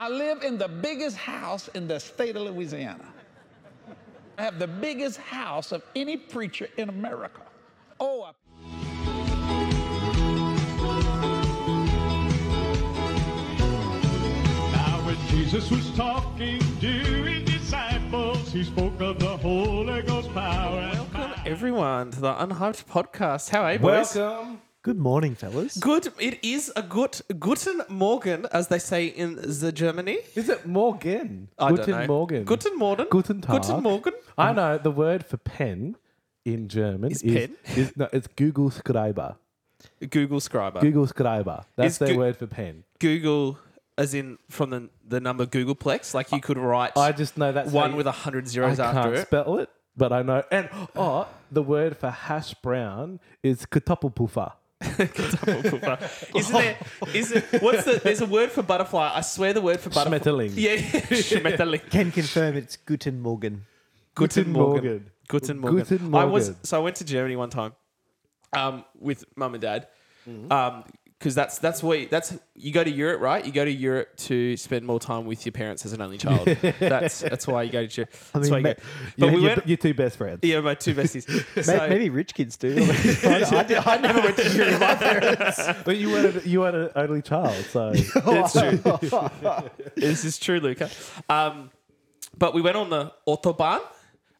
I live in the biggest house in the state of Louisiana. I have the biggest house of any preacher in America. Oh, I- Now, when Jesus was talking to his disciples, he spoke of the Holy Ghost power. and might. everyone to the Unhyped Podcast. How are you, boys? Welcome. Good morning, fellas. Good. It is a good guten Morgen, as they say in the Germany. Is it Morgan? I Guten don't know. Morgen. Guten Morgen. Guten Tag. Guten Morgen. I know the word for pen in German is, pen? is- no, it's Google Schreiber. Google Scriber. Google, Google Schreiber. That's Is their Goo- word for pen. as in from the the number Googleplex. Like you could write. I just know that's how one you- with a hundred I zeros after can't it. spell it, but I know. And oh, the word for hash brown is Kartoffelpuffer. Isn't there? Is it? What's the? There's a word for butterfly. I swear the word for butterfly. Schmetterling. Yeah. Schmetterling. Can confirm it's Guten Morgen. Guten Guten Morgen. Morgen. Guten Morgen. Guten I was Morgen. so I went to Germany one time, um, with mum and dad, Mm-hmm. um, because that's that's where that's you go to Europe, right? You go to Europe to spend more time with your parents as an only child. that's that's why you go to Europe. I that's mean, why you ma- go. But you we your, went. your two best friends. yeah, my two besties. May- So- Maybe rich kids do. I, I did- I never went to uni. My parents. But you weren't. a- You weren't an only child, so That's true. this is true, Luca. Um, but we went on the autobahn,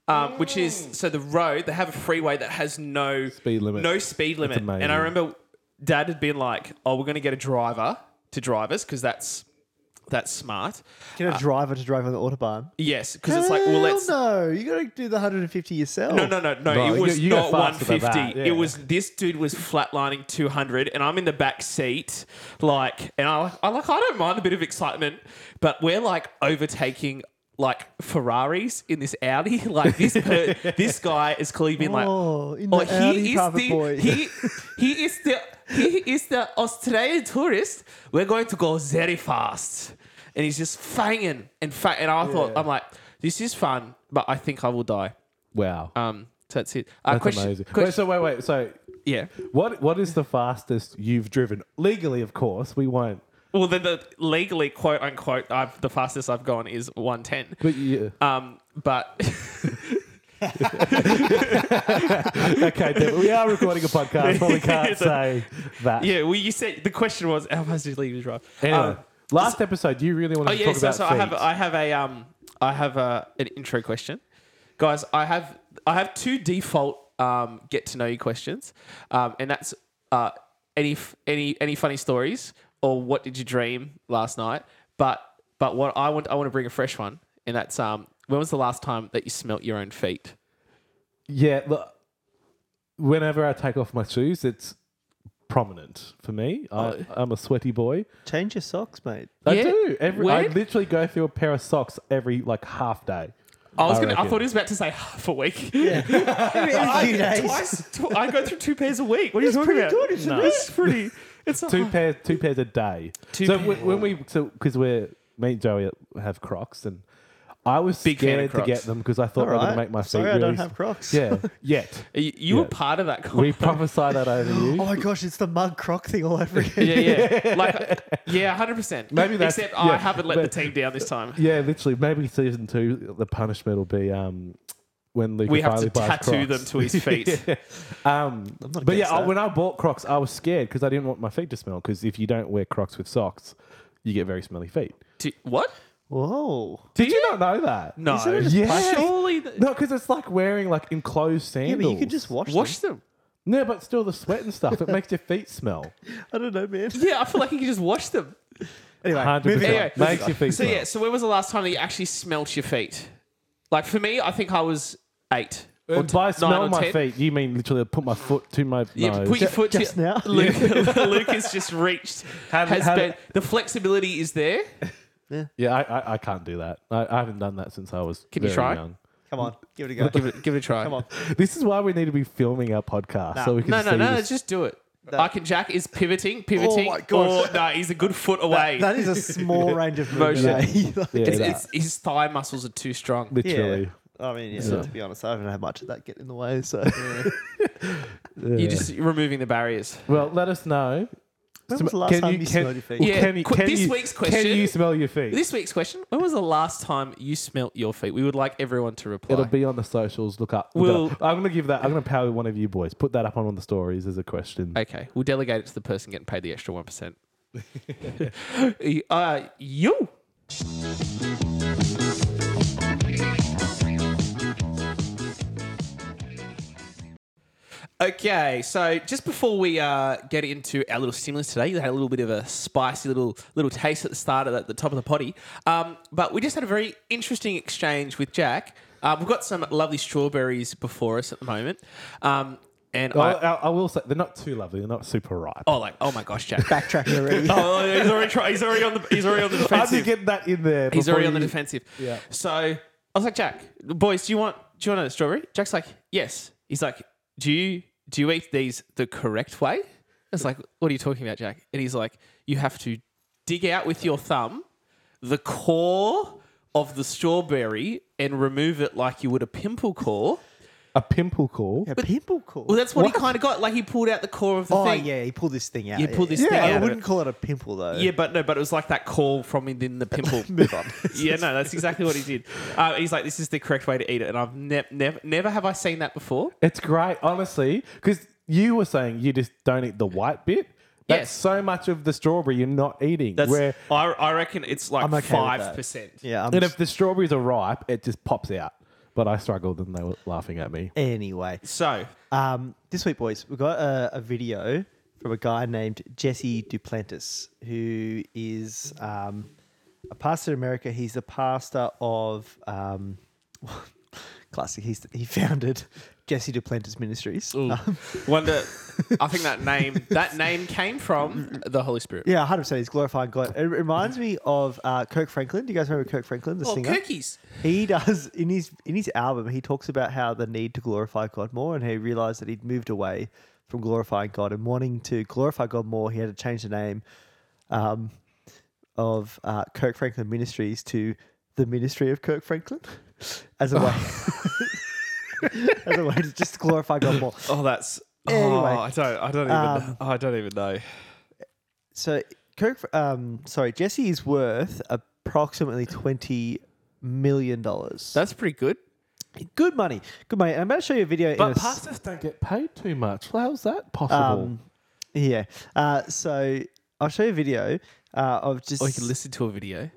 um, which is so the road. They have a freeway that has no Mm. Speed limit. No speed limit. And I amazing. remember Dad had been like, "Oh, we're going to get a driver to drive us because that's that's smart." Get a driver to drive on the autobahn. Yes, because it's like, well, uh, Hell let's. No. no, you got to do the 150 yourself. No, no, no, No, It you- was you go not faster than 150. that, It yeah. was this dude was flatlining 200, and I'm in the back seat, like, and I, I like, I don't mind a bit of excitement, but we're like overtaking like Ferraris in this Audi. Like this, per, this guy is clearly been like, Oh, in the he Audi is proper the boy." he he is the he is the Australian tourist. We're going to go very fast, and he's just fanging and fang, and I thought, I'm like, this is fun, but I think I will die. wow, Um, so that's it. Uh, that's question, amazing. question- Wait, so wait, wait. So yeah. What what is the fastest you've driven legally? Of course, we won't. Well, then the legally quote unquote, I've the fastest I've gone is one ten. But you, Um, but okay, Devin, we are recording a podcast, but we can't say that. yeah, well, you said the question was how fast did you leave the drive? Anyway, Um, last episode, you really wanted oh to yeah, talk so, about so I have feet. I have a um I have a an intro question, guys. I have I have two default um get to know you questions, um, and that's uh any f- any any funny stories or what did you dream last night? But but what I want I want to bring a fresh one, and that's um when was the last time that you smelt your own feet? yeah. Look, whenever I take off my shoes, it's prominent for me. I, I'm a sweaty boy. Change your socks, mate. I Oh. Yeah? do. Every, I Where? literally go through a pair of socks every like half day. I was I gonna. I reckon. thought he was about to say half a week. Every few days. Twice. Tw- I go through two pairs a week. What are you talking pretty about? good, isn't No. it? It's pretty. It's not Two hard. pairs, two pairs a day. Two so pairs. wh- when we, so because we're me and Joey have Crocs, and I was Big fan of scared to Crocs. get them because I thought they were going Alright. to make my feet. Sorry, I really don't s- have Crocs. Yeah, yet You, you were Yeah. part of that. Con- we prophesy that over Oh you. my gosh, it's the mug croc thing all over again. yeah, yeah, like uh, yeah, hundred percent. Maybe that's- except yeah, I haven't let but- the team down this time. Yeah, literally. Maybe season two, the punishment will be um when Luca We have finally to buys tattoo them Crocs. to his feet. Um, not but yeah, against I, that. when I bought Crocs, I was scared because I didn't want my feet to smell. Because if you don't wear Crocs with socks, you get very smelly feet. Do- what? Whoa. Did, you, not know that? No. Isn't it just Yeah. plastic? Surely. The- No, because it's like wearing like enclosed Yeah, sandals. but you could just wash, Wash them. No, but still the sweat and stuff. It makes your feet smell. them. I don't know, man. Yeah, I feel like you can just wash them. Anyway, 100%. moving on. Anyway, makes your feet So smell. yeah. So when was the last time that you actually smelt your feet? Like for me, I think I was eight. Or And Uh, by t- nine smell or my 10. feet, you mean literally put my foot to my Yeah, nose. put your foot just to, now? Luke, Luke has just reached. Have- has have- been, the flexibility is there. Yeah, I, I, I can't do that. I, I haven't done that since I was Can you very try? young. Come on, give it a go. Give it, give it a try. Come on. This is why we need to be filming our podcast so we can No, see no, no, this. Just do it. I can. Jack is pivoting, pivoting. Oh my gosh. Or, no, he's a good foot away. That is a small range of Motion. motion. eh? Like- Yeah, It's- that- it's- his thigh muscles are too strong. literally. I mean, yeah, Yeah. to be honest, I haven't had much of that get in the way. So You're just removing the barriers. Well, let us know When Sm- was the last can time you, can- smelled your feet? Yeah. Can, you- qu- can this you- week's Can question- you smell your feet? This week's question: When was the last time you smelt your feet? We would like everyone to reply. It'll be on the socials. Look up. look it We'll- up. I'm going to give that. I'm going to power one of you boys. Put that up on one of the stories as a question. Okay, we'll delegate it to the person getting paid the extra one percent. uh, you. Okay, so just before we uh, get into our little stimulus today, you had a little bit of a spicy little little taste at the start of the, the top of the potty, um, but we just had a very interesting exchange with Jack. Uh, we've got some lovely strawberries before us at the moment, um, and I, I, I, I will say they're not too lovely. They're not super ripe. Oh, like oh my gosh, Jack. Backtracking already. oh, yeah, he's already try- he's already on the he's already on the I had to defensive. get that in there. he's before already on the you- defensive. Yeah. So I was like, Jack, boys, do you want do you want a strawberry? Jack's like, yes. He's like, do you do you eat these the correct way? It's like, what are you talking about, Jack? And he's like, you have to dig out with your thumb the core of the strawberry and remove it like you would a pimple core. A pimple core. a pimple core. Well, that's what, he kind of got. Like he pulled out the core of the oh thing. yeah, he pulled this thing out. He pulled this yeah, thing out I of wouldn't it. call it a pimple though. Yeah, but no, but it was like that call from within the pimple. Move on. yeah, no, that's exactly what he did. Uh, he's like, this is the correct way to eat it, and I've never, never, never have I seen that before. It's great, honestly, because you were saying you just don't eat the white bit. Yes. That's so much of the strawberry you're not eating. That's where I, I reckon it's like I'm okay with that. five percent. yeah. I'm and just- if the strawberries are ripe, it just pops out. But I struggled, and they were laughing at me. anyway, So um, this week, boys, we got a, a video from a guy named Jesse Duplantis, who is um, a pastor in America. He's the pastor of um, classic. He's he founded Jesse Duplantis Ministries. Um, wonder, I think that name that name came from the Holy Spirit. Yeah, 100%. He's glorifying God. It reminds me of uh, Kirk Franklin. Do you guys remember Kirk Franklin, the Oh, singer? cookies. He does in his in his album. He talks about how the need to glorify God more, and he realized that he'd moved away from glorifying God and wanting to glorify God more. He had to change the name um, of uh, Kirk Franklin Ministries to the Ministry of Kirk Franklin as a way as a way to just glorify God more. Oh, that's. Oh, Anyway. I don't. I don't even. Um, I don't even know. So Kirk, um, sorry, Jesse is worth approximately twenty million dollars. That's pretty good. good money. Good money. And I'm about to show you a video. in a But s- pastors don't get paid too much. How's that possible? um, yeah. Uh, so I'll show you a video uh, of just. Or Oh, you can listen to a video.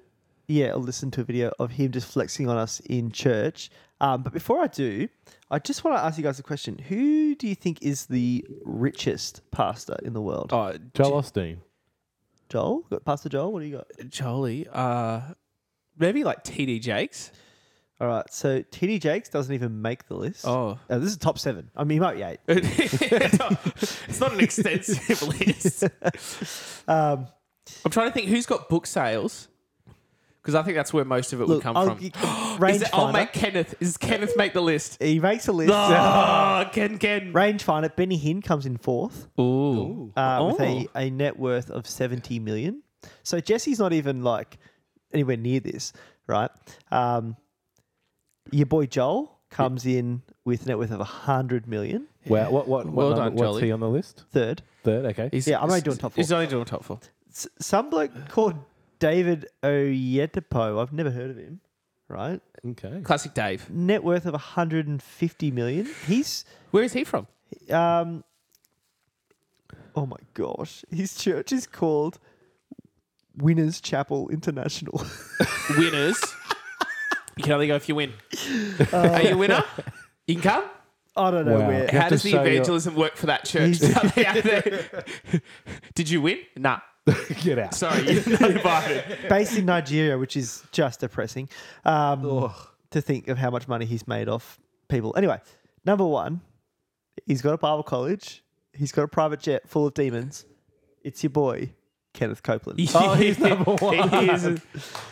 Yeah, I'll listen to a video of him just flexing on us in church. Um, but before I do, I just want to ask you guys a question. Who do you think is the richest pastor in the world? Oh, Joel Osteen. Joel? Got Pastor Joel? What do you got? Jolie. Uh, maybe like TD Jakes. All right. So TD Jakes doesn't even make the list. Oh. Uh, this is top seven. I mean, he might be eight. it's not an extensive list. Um, I'm trying to think who's got book sales because I think that's where most of it oh would look, come I'll, from. g- Is it- I'll rangefinder. make Kenneth. Is Kenneth make the list? he makes a list. uh, Oh, Ken Ken. Rangefinder. Benny Hinn comes in fourth. Ooh. uh, Oh. with a, a net worth of 70 million. So Jesse's not even like anywhere near this, right? Um, your boy Joel comes in with net worth of 100 million, Where, what, what, what Well number- done, what's Jolie. he on the list? third. Third, okay. He's- Yeah, I'm only doing top four. He's only doing top four. S- some bloke called David Oyedepo, I've never heard of him, right? okay. Classic Dave. Net worth of 150 million. He's, Where is he from? um, oh my gosh, his church is called Winners Chapel International. Winners. you can only go if you win. Are you a winner? You can come. I don't know Wow. where. You How have to does the show your- evangelism work for that church? Are they out there? Did you win? Nah. Get out. Sorry, you're not invited. based in Nigeria, which is just depressing um, to think of how much money he's made off people. Anyway, number one, he's got a Bible college. He's got a private jet full of demons. It's your boy, Kenneth Copeland. Oh, he's number one. He is.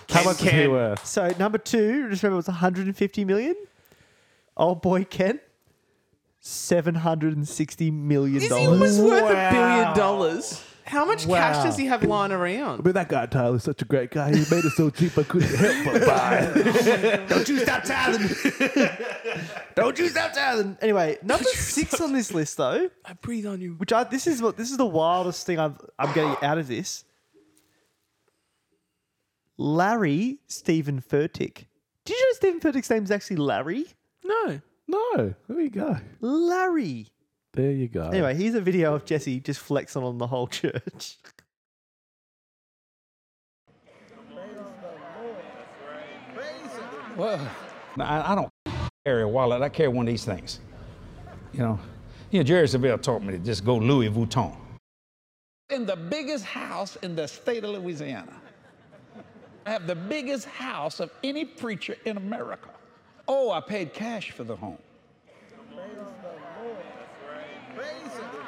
How much is he worth? So number two, just remember it was 150 million. Old boy Ken, 760 million dollars. He was worth a billion dollars. How much cash does he have lying around? But that guy Tyler's such a great guy. He made it so cheap I couldn't help but buy. Don't you stop tithing. Don't you stop tithing. Anyway, number six on this list though, I breathe on you. which I this is what this is the wildest thing I'm I'm getting out of this. Larry Stephen Furtick. Did you know Stephen Furtick's name is actually Larry? No. No, there you go. Larry. There you go. Anyway, here's a video of Jesse just flexing on the whole church. Well, I, I don't carry a wallet. I carry one of these things. You know, you know, Jerry Seville taught me to just go Louis Vuitton. In the biggest house in the state of Louisiana, I have the biggest house of any preacher in America. Oh, I paid cash for the home.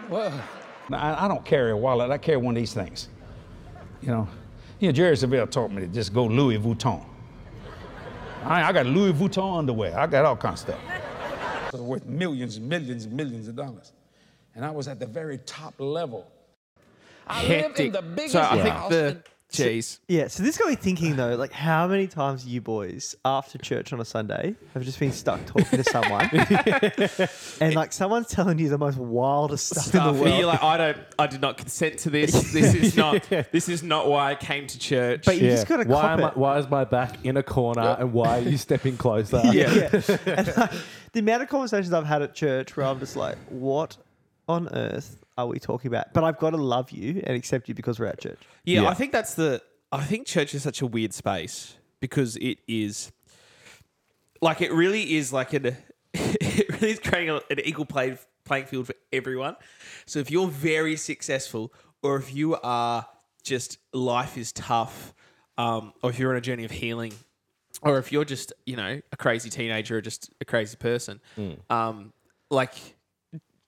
Well, I, I don't carry a wallet. I carry one of these things. You know, you know, Jerry Seville taught me to just go Louis Vuitton. I, I got Louis Vuitton underwear. I got all kinds of stuff. It was worth millions and millions and millions of dollars. And I was at the very top level. I live in Hectic. the biggest So I think house. the in- jeez. Yeah, so this got me thinking though, like how many times you boys after church on a Sunday have just been stuck talking to someone, and like someone's telling you the most wildest stuff, in stuff. the and world. You're like, I don't, I did not consent to this. This is not, this is not why I came to church. But you just gotta why, cop am I, it. why is my back in a corner and why are you stepping closer? yeah, yeah. And, like, the amount of conversations I've had at church where I'm just like, what on earth are we talking about? But I've got to love you and accept you because we're at church. yeah, Yeah. I think that's the. I think church is such a weird space because it is, like, it really is like an, it really is creating a- an equal play, playing field for everyone. So if you're very successful, or if you are just life is tough, um, or if you're on a journey of healing, or if you're just you know a crazy teenager or just a crazy person, um, like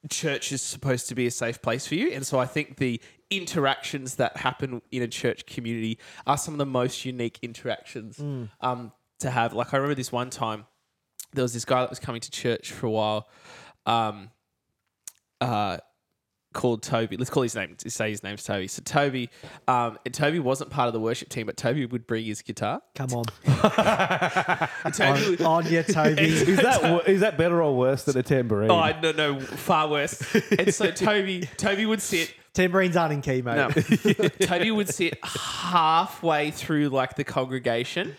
church is supposed to be a safe place for you. And so I think the interactions that happen in a church community are some of the most unique interactions um, to have. Like, I remember this one time, there was this guy that was coming to church for a while um, uh, called Toby. Let's call his name, say his name's Toby. So, Toby, um, and Toby wasn't part of the worship team, but Toby would bring his guitar. Come on, Toby would- on you, Toby. Is that wo- is that better or worse than a tambourine? Oh, no, no, far worse. and so Toby, Toby would sit Tambourines aren't in key, mate. No. Toby would sit halfway through like the congregation,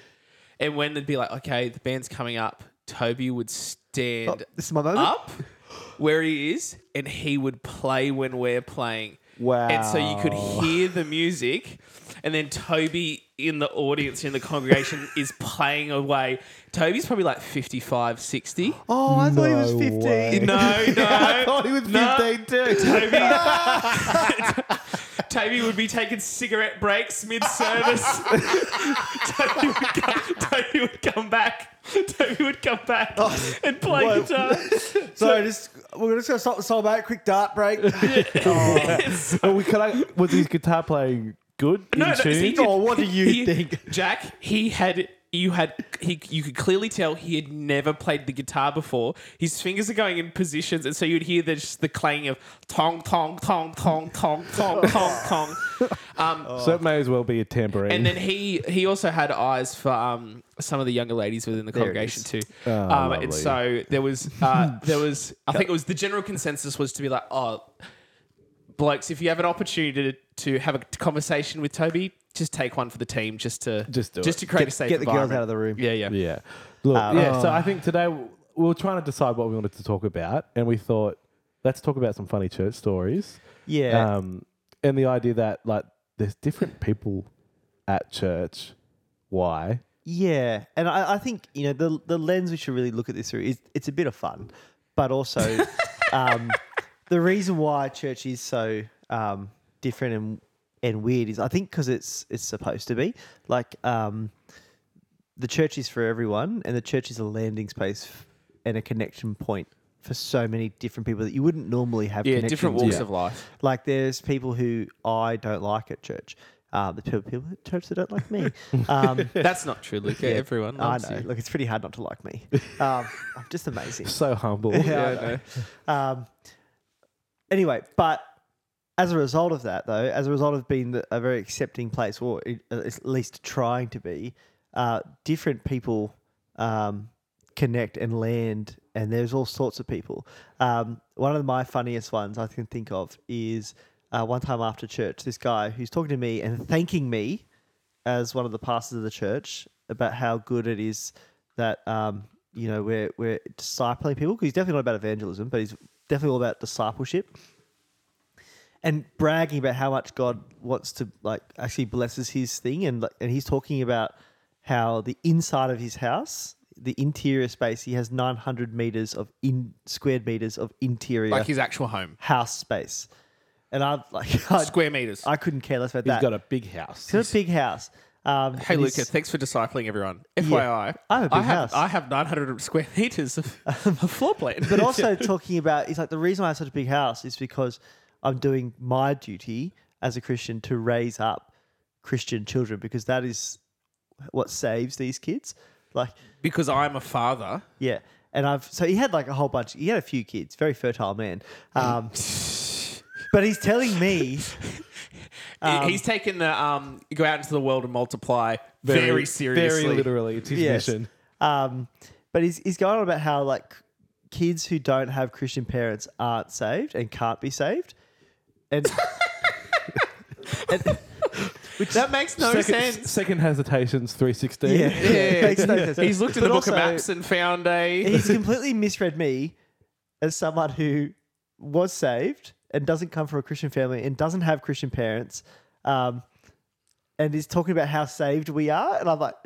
and when they'd be like, "Okay, the band's coming up," Toby would stand Oh, This is my moment. up where he is, and he would play when we're playing. Wow. And so you could hear the music, and then Toby in the audience in the congregation is playing away. Toby's probably like 55, 60. Oh, I thought he was No 15. way. No, no. I thought Oh, he was no. 15 too. Toby, Toby would be taking cigarette breaks mid service. Toby, would come- Toby would come back. Toby would come back and play Oh, Whoa. guitar. So just we're just gonna stop the soul mate. Quick dart break. Oh, we- can I- was his guitar playing good? in tune? he did- Oh, what do you he- think? Jack? He had. You had he, you could clearly tell he had never played the guitar before. His fingers are going in positions, and so you'd hear the, just the clanging of tong tong tong tong tong tong tong tong. Um, so it may as well be a tambourine. And then he he also had eyes for um, some of the younger ladies within the congregation too. um, Ah, lovely. and so there was uh, there was I think it was the general consensus was to be like, oh, blokes, if you have an opportunity to, to have a conversation with Toby, just take one for the team, just to Just do just it. to create a safe get the girls environment. out of the room. Yeah, yeah, yeah, look, yeah. So I think today we we were trying to decide what we wanted to talk about, and we thought let's talk about some funny church stories. Yeah. Um, and the idea that like there's different people at church. Why? Yeah, and I, I think you know the the lens we should really look at this through is it's a bit of fun, but also um, the reason why church is so um, different and and weird is I think because it's it's supposed to be like um, the church is for everyone, and the church is a landing space f- and a connection point for so many different people that you wouldn't normally have. yeah. connections Different with. walks of life. Like there's people who I don't like at church. Uh, the people, people at church that don't like me. Um, That's not true, Luca. Everyone I loves know. you. Look, it's pretty hard not to like me. Um, I'm just amazing. So humble. Yeah, I know. Um, anyway, but as a result of that, though, as a result of being the, a very accepting place, or i- at least trying to be, uh, different people um, connect and land, and there's all sorts of people. Um, one of my funniest ones I can think of is uh, one time after church, this guy who's talking to me and thanking me as one of the pastors of the church about how good it is that um, you know we're we're discipling people. 'cause he's definitely not about evangelism, but he's definitely all about discipleship and bragging about how much God wants to like actually blesses his thing and like, and he's talking about how the inside of his house, the interior space, he has 900 meters of in squared meters of interior Like his actual home. house space. And I'm like I, Square meters. I couldn't care less about He's that. got a big house. It's a big house. Um, Hey, and Luca, he's- thanks for discipling everyone. FYI, I have a big have, house. I have 900 square meters of, of floor plan. but also talking about it's like the reason why I have such a big house is because I'm doing my duty as a Christian to raise up Christian children because that is what saves these kids. Like, because I'm a father. yeah. And I've so he had like a whole bunch. He had a few kids. Very fertile man. Um, but he's telling me He- He's taken the um, go out into the world and multiply very, seriously. Very literally. It's his Yes. mission. Um, but he's, he's going on about how like kids who don't have Christian parents aren't saved and can't be saved, and, and That makes no second, sense. second hesitations, 316. yeah, Yeah. makes no sense. He's looked at the But book also, of maps and found a. He's completely misread me as someone who was saved and doesn't come from a Christian family and doesn't have Christian parents, um, and is talking about how saved we are, and I'm like,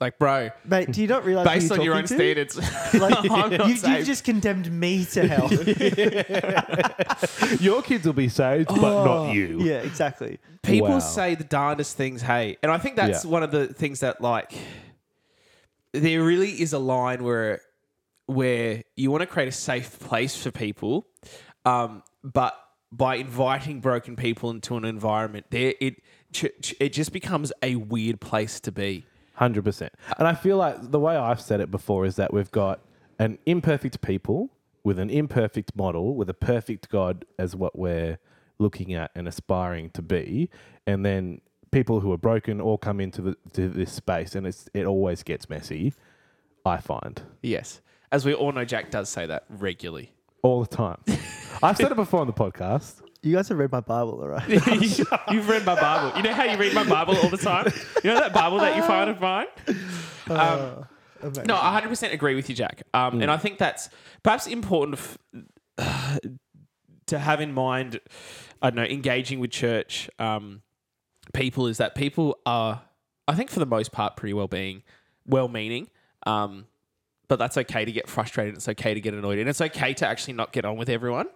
Like, bro, mate, do you not realize based on your own to? standards, Like, I'm not you, saved. you've just condemned me to hell. Your kids will be saved, but not you. yeah, exactly. people Wow. say the darndest things, hey. And I think that's Yeah. one of the things that like there really is a line where where you want to create a safe place for people, um, but by inviting broken people into an environment, there it ch- ch- it just becomes a weird place to be. Hundred percent. And I feel like the way I've said it before is that we've got an imperfect people with an imperfect model with a perfect God as what we're looking at and aspiring to be, and then people who are broken all come into the to this space, and it's it always gets messy. I find Yes, as we all know, Jack does say that regularly. all the time. I've said it before on the podcast. You guys have read my Bible, all right? You've read my Bible. You know how you read my Bible all the time? You know that Bible that you find of mine? Um, no, I 100% agree with you, Jack. Um, And I think that's perhaps important f- to have in mind, I don't know, engaging with church um, people is that people are, I think for the most part, pretty well-being, well-meaning. Um, but that's okay to get frustrated. It's okay to get annoyed, and it's okay to actually not get on with everyone.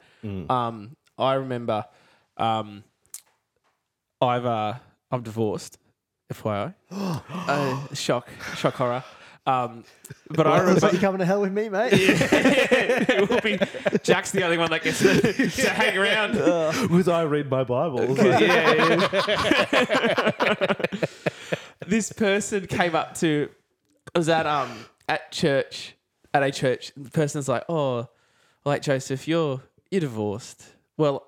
Um, I remember, um, I've uh, I'm divorced, FYI. uh, shock, shock, horror. Um, but I Otherwise remember you're coming to hell with me, mate. it will be Jack's the only one that gets to, to hang around. Was I read my Bible? yeah, this person came up to I was at um at church at a church. The person's like, "Oh, like Joseph, you're you're divorced." Well,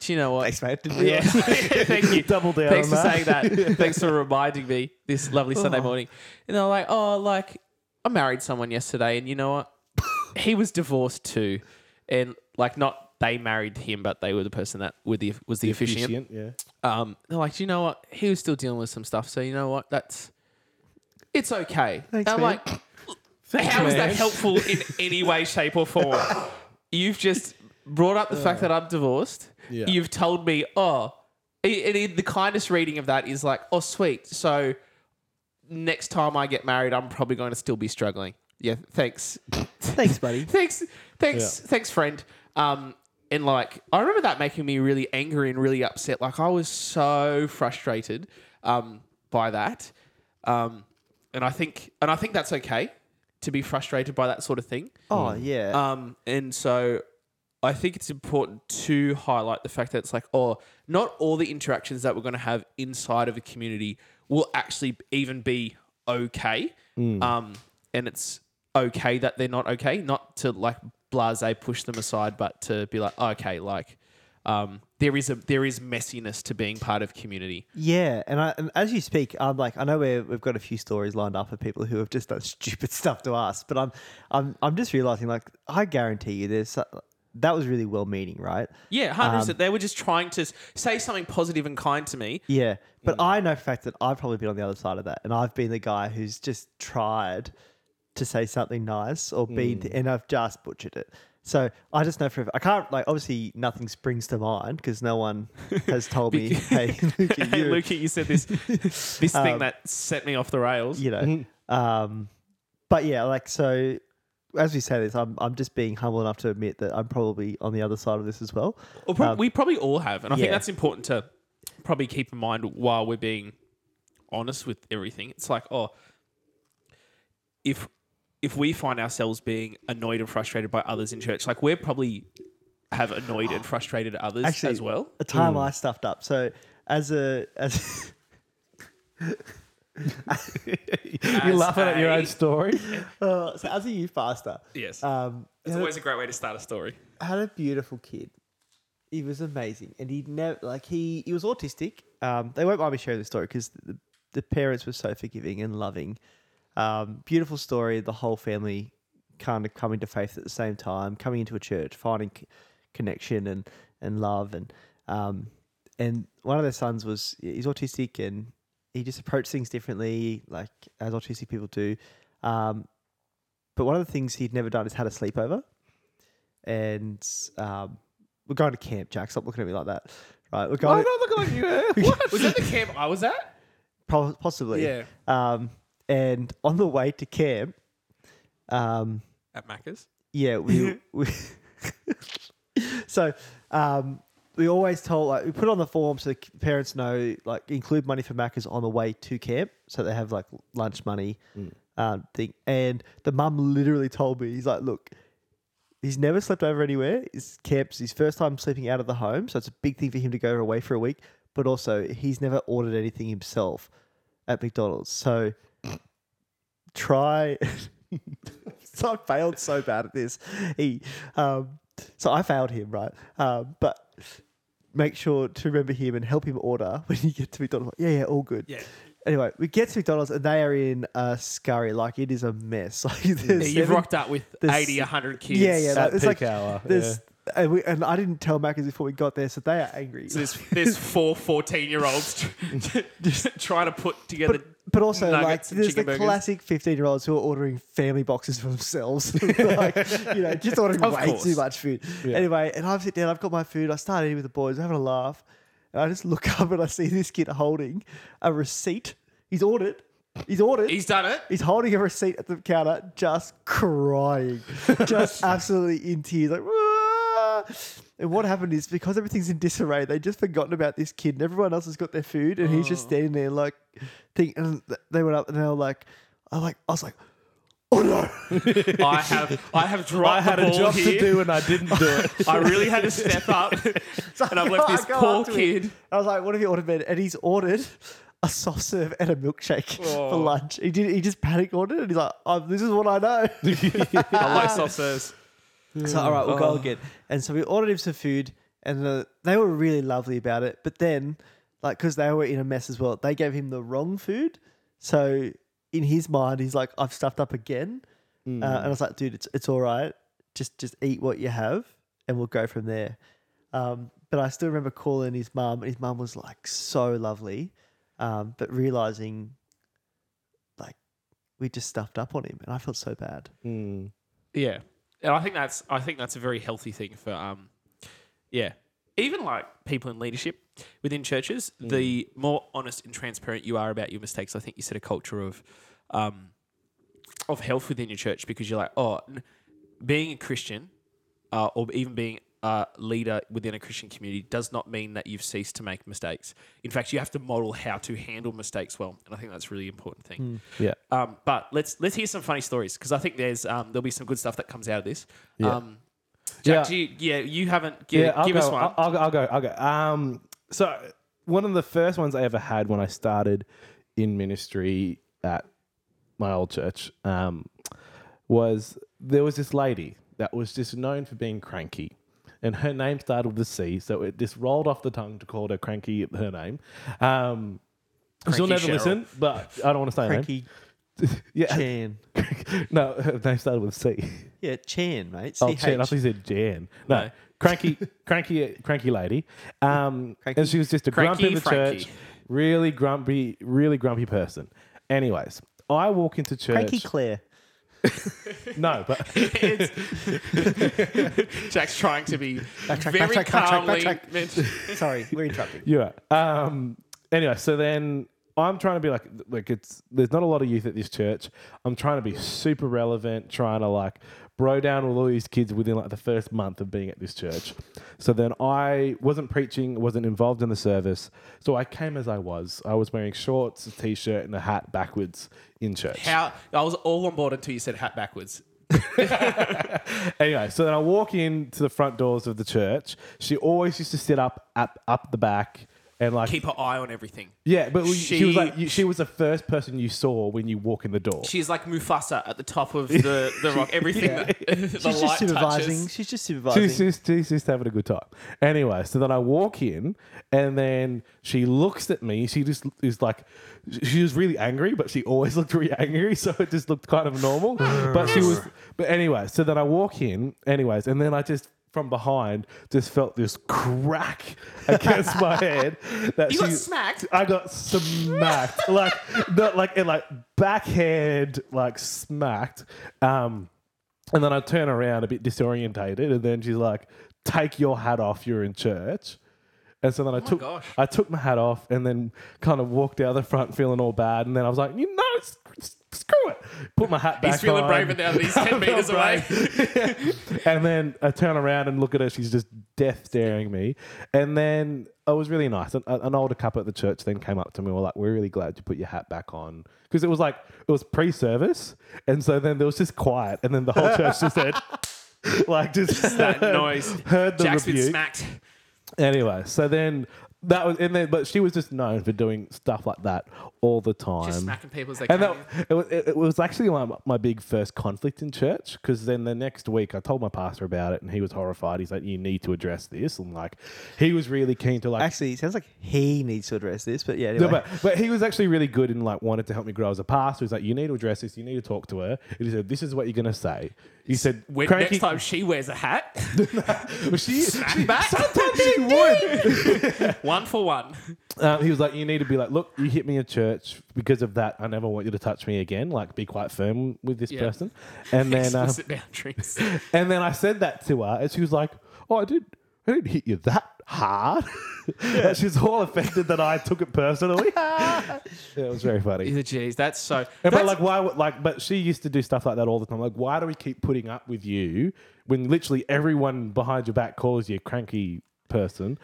do you know what? Thanks, mate. Didn't Yeah, realise. thank you. Double down Thanks on for that. saying that. Oh. Thanks for reminding me this lovely Sunday morning. And they're like, "Oh, like I married someone yesterday, and you know what? he was divorced too, and like not." They married him, but they were the person that were the, was the, officiant. Efficient, yeah. Um, they're like, you know what? He was still dealing with some stuff, so you know what? That's it's okay. Thanks, I'm man. like, how is that helpful in any way, shape, or form? You've just brought up the fact that I'm divorced. Yeah. You've told me, oh, and and the kindest reading of that is like, oh, sweet. So next time I get married, I'm probably going to still be struggling. Yeah, thanks Thanks, buddy. thanks, thanks, thanks, friend. Um, and like, I remember that making me really angry and really upset. Like, I was so frustrated um, by that. Um, and I think, and I think that's okay to be frustrated by that sort of thing. Oh yeah. Um, and so I think it's important to highlight the fact that it's like, oh, not all the interactions that we're going to have inside of a community will actually even be okay. Um, and it's okay that they're not oh, okay, not to like blase push them aside, but to be like, okay, like um, there is a there is messiness to being part of community. Yeah, and, I, and as you speak, I'm like, I know we're, we've got a few stories lined up of people who have just done stupid stuff to us, but I'm, I'm, I'm just realizing, like, I guarantee you, there's so- that was really well meaning, right? Yeah, hundred percent. They were just trying to s- say something positive and kind to me. Yeah, but I know for a fact that I've probably been on the other side of that, and I've been the guy who's just tried to say something nice or be, and I've just butchered it. So I just know for I can't like obviously nothing springs to mind because no one has told me, hey, Lukey, Hey, you, Lukey, you said this this thing that set me off the rails. you know. Mm-hmm. Um, but yeah, like so. As we say this, I'm I'm just being humble enough to admit that I'm probably on the other side of this as well. Or prob- we probably all have, and I think yeah. that's important to probably keep in mind while we're being honest with everything. It's like, oh, if if we find ourselves being annoyed and frustrated by others in church, like we're probably have annoyed and frustrated others Actually, as well. Mm. A time I stuffed up. So as a as You're laughing at your a- own story. uh, so as a youth pastor, Yes, um, it's always a great way to start a story. had a beautiful kid. He was amazing, and he never like he he was autistic. Um, they won't mind me sharing the story because the, the parents were so forgiving and loving. Um, beautiful story. The whole family kind of coming to faith at the same time, coming into a church, finding c- connection and and love and um, and one of their sons was he's autistic and he just approached things differently, like as autistic people do. Um, but one of the things he'd never done is had a sleepover and um, we're going to camp, Jack. Stop looking at me like that. Right, we're going not looking like you. Was that the camp I was at? po- possibly. Yeah. Um, and on the way to camp, um, At Macca's. yeah, we, we so um, we always told like we put on the form so the k- parents know like include money for Macca's on the way to camp so they have like lunch money uh, thing. And the mum literally told me he's like, look. He's never slept over anywhere. His camp's his first time sleeping out of the home, so it's a big thing for him to go away for a week. But also, he's never ordered anything himself at McDonald's. So try. so I failed so bad at this. He, um, so I failed him, right? Um, but make sure to remember him and help him order when you get to McDonald's. Yeah, yeah, all good. Yeah. Anyway, we get to McDonald's and they are in a scurry. Like it is a mess. Like Yeah, there's you've seven- rocked up with the s- 80, 100 kids. yeah, yeah. at Like, it's peak like hour, There's, and, we, and I didn't tell Macca's before we got there, so they are angry. So there's, there's four 14 year olds trying to put together. but also, like, nuggets and there's the chicken burgers. classic 15 year olds who are ordering family boxes for themselves. like, you know, just ordering Of way course. too much food. Anyway, and I'm sitting down, I've got my food, I start eating with the boys, having a laugh, and I just look up and I see this kid holding a receipt. He's ordered. He's ordered. He's done it. He's holding a receipt at the counter, just crying, just absolutely in tears, like. "Ah." And what happened is because everything's in disarray, they just forgotten about this kid, and everyone else has got their food, and he's Oh. just standing there like, think. And th- they went up, and they were like, I like, I was like, oh no, I have I have dropped I had the a ball job here. to do and I didn't do it. I really had to step up, and I've left I this go poor up to him. kid. I was like, what have you ordered? man?" And he's ordered a soft serve and a milkshake for Oh. lunch. He did. He just panic ordered, it, and he's like, oh, this is what I know. I like Uh, soft serves. So all right, we'll go again. And so we ordered him some food, and the, they were really lovely about it. But then, like, because they were in a mess as well, they gave him the wrong food. So in his mind, he's like, "I've stuffed up again," uh, and I was like, "Dude, it's it's all right. Just just eat what you have, and we'll go from there." Um, but I still remember calling his mum, and his mum was like so lovely, um, but realizing like we just stuffed up on him, and I felt so bad. Yeah, and I think that's I think that's a very healthy thing for um, yeah, even like people in leadership within churches. The more honest and transparent you are about your mistakes, I think you set a culture of um, of health within your church because you're like, oh, n- being a Christian uh, or even being a leader within a Christian community does not mean that you've ceased to make mistakes. In fact, you have to model how to handle mistakes well, and I think that's a really important thing. Yeah. Um, but let's let's hear some funny stories because I think there's um, there'll be some good stuff that comes out of this. Um, Jack, Yeah. do you, yeah, you haven't. gi- Yeah, I'll give go, us one. I'll, I'll go. I'll go. I'll go. Um, so one of the first ones I ever had when I started in ministry at my old church um, was there was this lady that was just known for being cranky, and her name started with a C, so it just rolled off the tongue to call her cranky. Her name. Um, she'll Cranky never Cheryl. listen, but I don't want to say her name. Frankie Yeah, Chan. no, her name started with C. Yeah, Chan, mate. Oh, Chan. I CH. thought you said Jan. No, No. cranky, cranky, cranky lady. Um, Cranky. and she was just a Cranky grumpy in the Frankie. church. Really grumpy, really grumpy person. Anyways, I walk into church. Frankie Claire. no, but Jack's trying to be very backtrack, backtrack, calmly. backtrack. Sorry, we're interrupting. You're right. Um, anyway, so then I'm trying to be like, like it's there's not a lot of youth at this church. I'm trying to be super relevant, trying to like bro down with all these kids within like the first month of being at this church. So then I wasn't preaching, wasn't involved in the service. So I came as I was. I was wearing shorts, a t-shirt, and a hat backwards in church. How I was all on board until you said hat backwards. Anyway, so then I walk in to the front doors of the church. She always used to sit up up up the back and like Keep her eye on everything. Yeah, but she, she was She- like you, she was the first person you saw when you walk in the door. She's like Mufasa at the top of the, the rock. Everything that the She's light just supervising. touches. She's just She's supervising. just, she's just having a good time. Anyway, so then I walk in, and then she looks at me. She just is like, she was really angry, but she always looked really angry, so it just looked kind of normal. but she was, but anyway, so then I walk in, anyways, and then I just from behind just felt this crack against my head. That You she, got smacked? I got smacked, like not like and like backhand, like smacked. Um, and then I turn around a bit disorientated, and then she's like, "Take your hat off. You're in church." And so then I took Oh gosh. I took my hat off, and then kind of walked out the front feeling all bad. And then I was like, "You know, s- s- screw it." Put my hat back. He's feeling on. braver now that he's ten meters away. and then I turn around and look at her. She's just death staring me. And then I was really nice. An, an older couple at the church then came up to me. and Were like, "We're really glad you put your hat back on," because it was like it was pre-service, and so then there was just quiet, and then the whole church just said, like, just that noise. Heard the Jack's been rebuke. smacked. Anyway, so then that was, and then but she was just known for doing stuff like that all the time. Just smacking people as they And came that, it, was, it was actually my, my big first conflict in church because then the next week I told my pastor about it and he was horrified. He's like, "You need to address this," and like he was really keen to like. Actually, it sounds like he needs to address this, but yeah, anyway. no, but, but he was actually really good and like wanted to help me grow as a pastor. He's like, "You need to address this. You need to talk to her." And he said, "This is what you're gonna say." He said, When, "Cranky." next time she wears a hat, Well, she, she, smack back. sometimes she would. one for one. Um, he was like, "You need to be like, look, you hit me in church because of that. I never want you to touch me again. Like, be quite firm with this Yeah. person." And then, um, Explicit boundaries. and then I said that to her, and she was like, "Oh, I did. I didn't hit you that hard." and she's all offended that I took it personally. yeah, it was very funny. Jeez, that's so. And but that's- like, why? would- Like, but she used to do stuff like that all the time. Like, why do we keep putting up with you when literally everyone behind your back calls you a cranky person?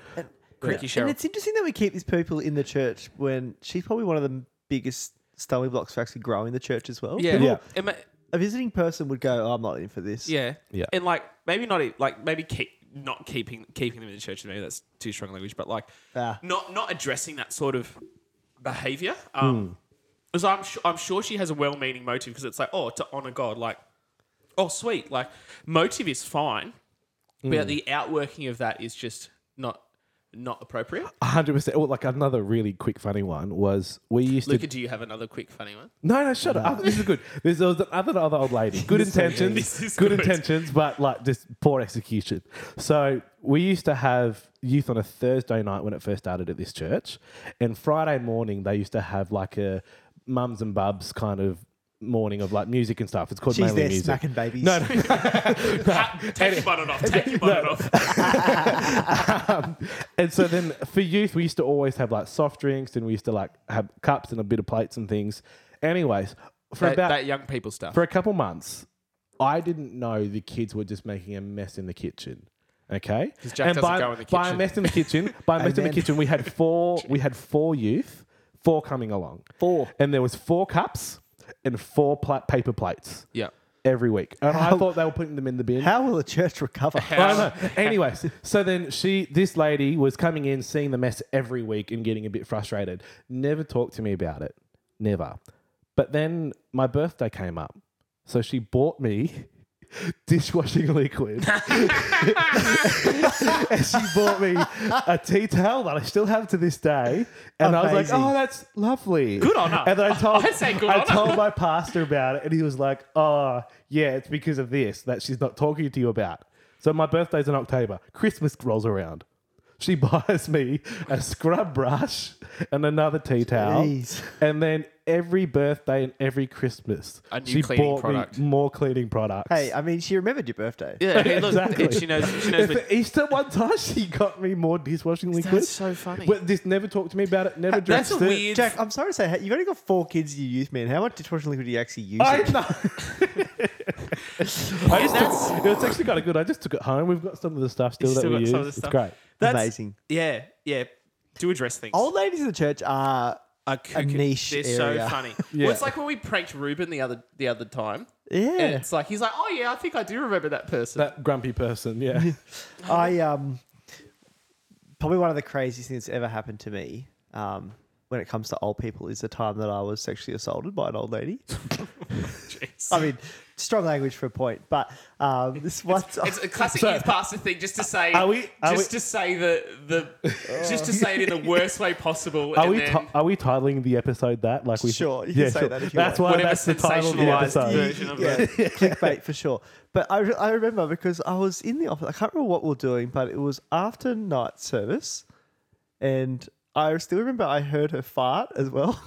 Cricky And Cheryl. it's interesting that we keep these people in the church when she's probably one of the biggest stumbling blocks for actually growing the church as well. Yeah. People- Yeah. Am I- A visiting person would go, oh, I'm not in for this. yeah. Yeah. And like maybe not e- like maybe keep not keeping keeping them in the church. Maybe that's too strong language, but like Ah. not not addressing that sort of behavior. Hmm. Um, because I'm su- I'm sure she has a well-meaning motive because it's like oh to honor God, like oh sweet, like motive is fine, Hmm. but the outworking of that is just not not appropriate. hundred percent. Well, like another really quick funny one was we used Luca, to. do you have another quick funny one? No, no, shut up. This is good. There's there was another another old lady. Good intentions. This is good, good. intentions, but like just poor execution. So we used to have youth on a Thursday night when it first started at this church, and Friday morning they used to have like a mums and bubs kind of morning of like music and stuff. It's called She's mainly there music. smacking babies. No, no, Take your bonnet off. Take your bonnet off. um, and so then for youth, we used to always have like soft drinks and we used to like have cups and a bit of plates and things. Anyways, for That, about that young people stuff. for a couple months, I didn't know the kids were just making a mess in the kitchen. Okay, Jack doesn't by, go in the by a kitchen. mess in the kitchen, by a mess in the Amen. kitchen, we had four. we had four youth, four coming along, Four. and there was four cups and four pla- paper plates yeah. every week. And I How- thought they were putting them in the bin. How will the church recover? I know. Anyways, so then she, this lady, was coming in, seeing the mess every week, and getting a bit frustrated. Never talked to me about it, never. But then my birthday came up, so she bought me dishwashing liquid. and she bought me a tea towel that I still have to this day. And I was Amazing. like, oh, that's lovely. Good on her. And then I told, I'd say good I on her. told my pastor about it, and he was like, oh, yeah, it's because of this that she's not talking to you about. So my birthday's in October. Christmas rolls around. She buys me a scrub brush and another tea towel. Jeez. And then every birthday and every Christmas, A new she cleaning bought product. me more cleaning products. Hey, I mean, she remembered your birthday. Yeah, it look, Exactly. it- she knows. She knows. If what- at Easter one time, she got me more dishwashing liquid. so funny. But this never talked to me about it. Never That's dressed a it. weird. Jack, I'm sorry to say, you've only got four kids in your youth, man. How much dishwashing liquid do you actually use? I it? know. I just took, it's actually kind of good. I just took it home. We've got some of the stuff still He's that still we got use. some of the it's stuff. great. That's Amazing. Yeah, yeah. Do address things. Old ladies in the church are. a, cuckoo. niche They're area. so funny. Well, it's like when we pranked Ruben the other the other time. And Yeah. it's like he's like, oh yeah, I think I do remember that person. That grumpy person. Yeah. I um probably one of the craziest things that's ever happened to me um, when it comes to old people is the time that I was sexually assaulted by an old lady. Jeez. I mean, strong language for a point, but um, this one it's a classic So- youth pastor thing, just to say, Are we- are just we- to say the the, just to say it in the worst way possible. Are and we then- ti- are we titling the episode that like we Sure, you can say that if you that's want. why Whatever that's the title of the sensationalized episode. version of yeah, that. clickbait for sure. But I, re- I remember because I was in the office. I can't remember what we were doing, but it was after night service, and I still remember I heard her fart as well.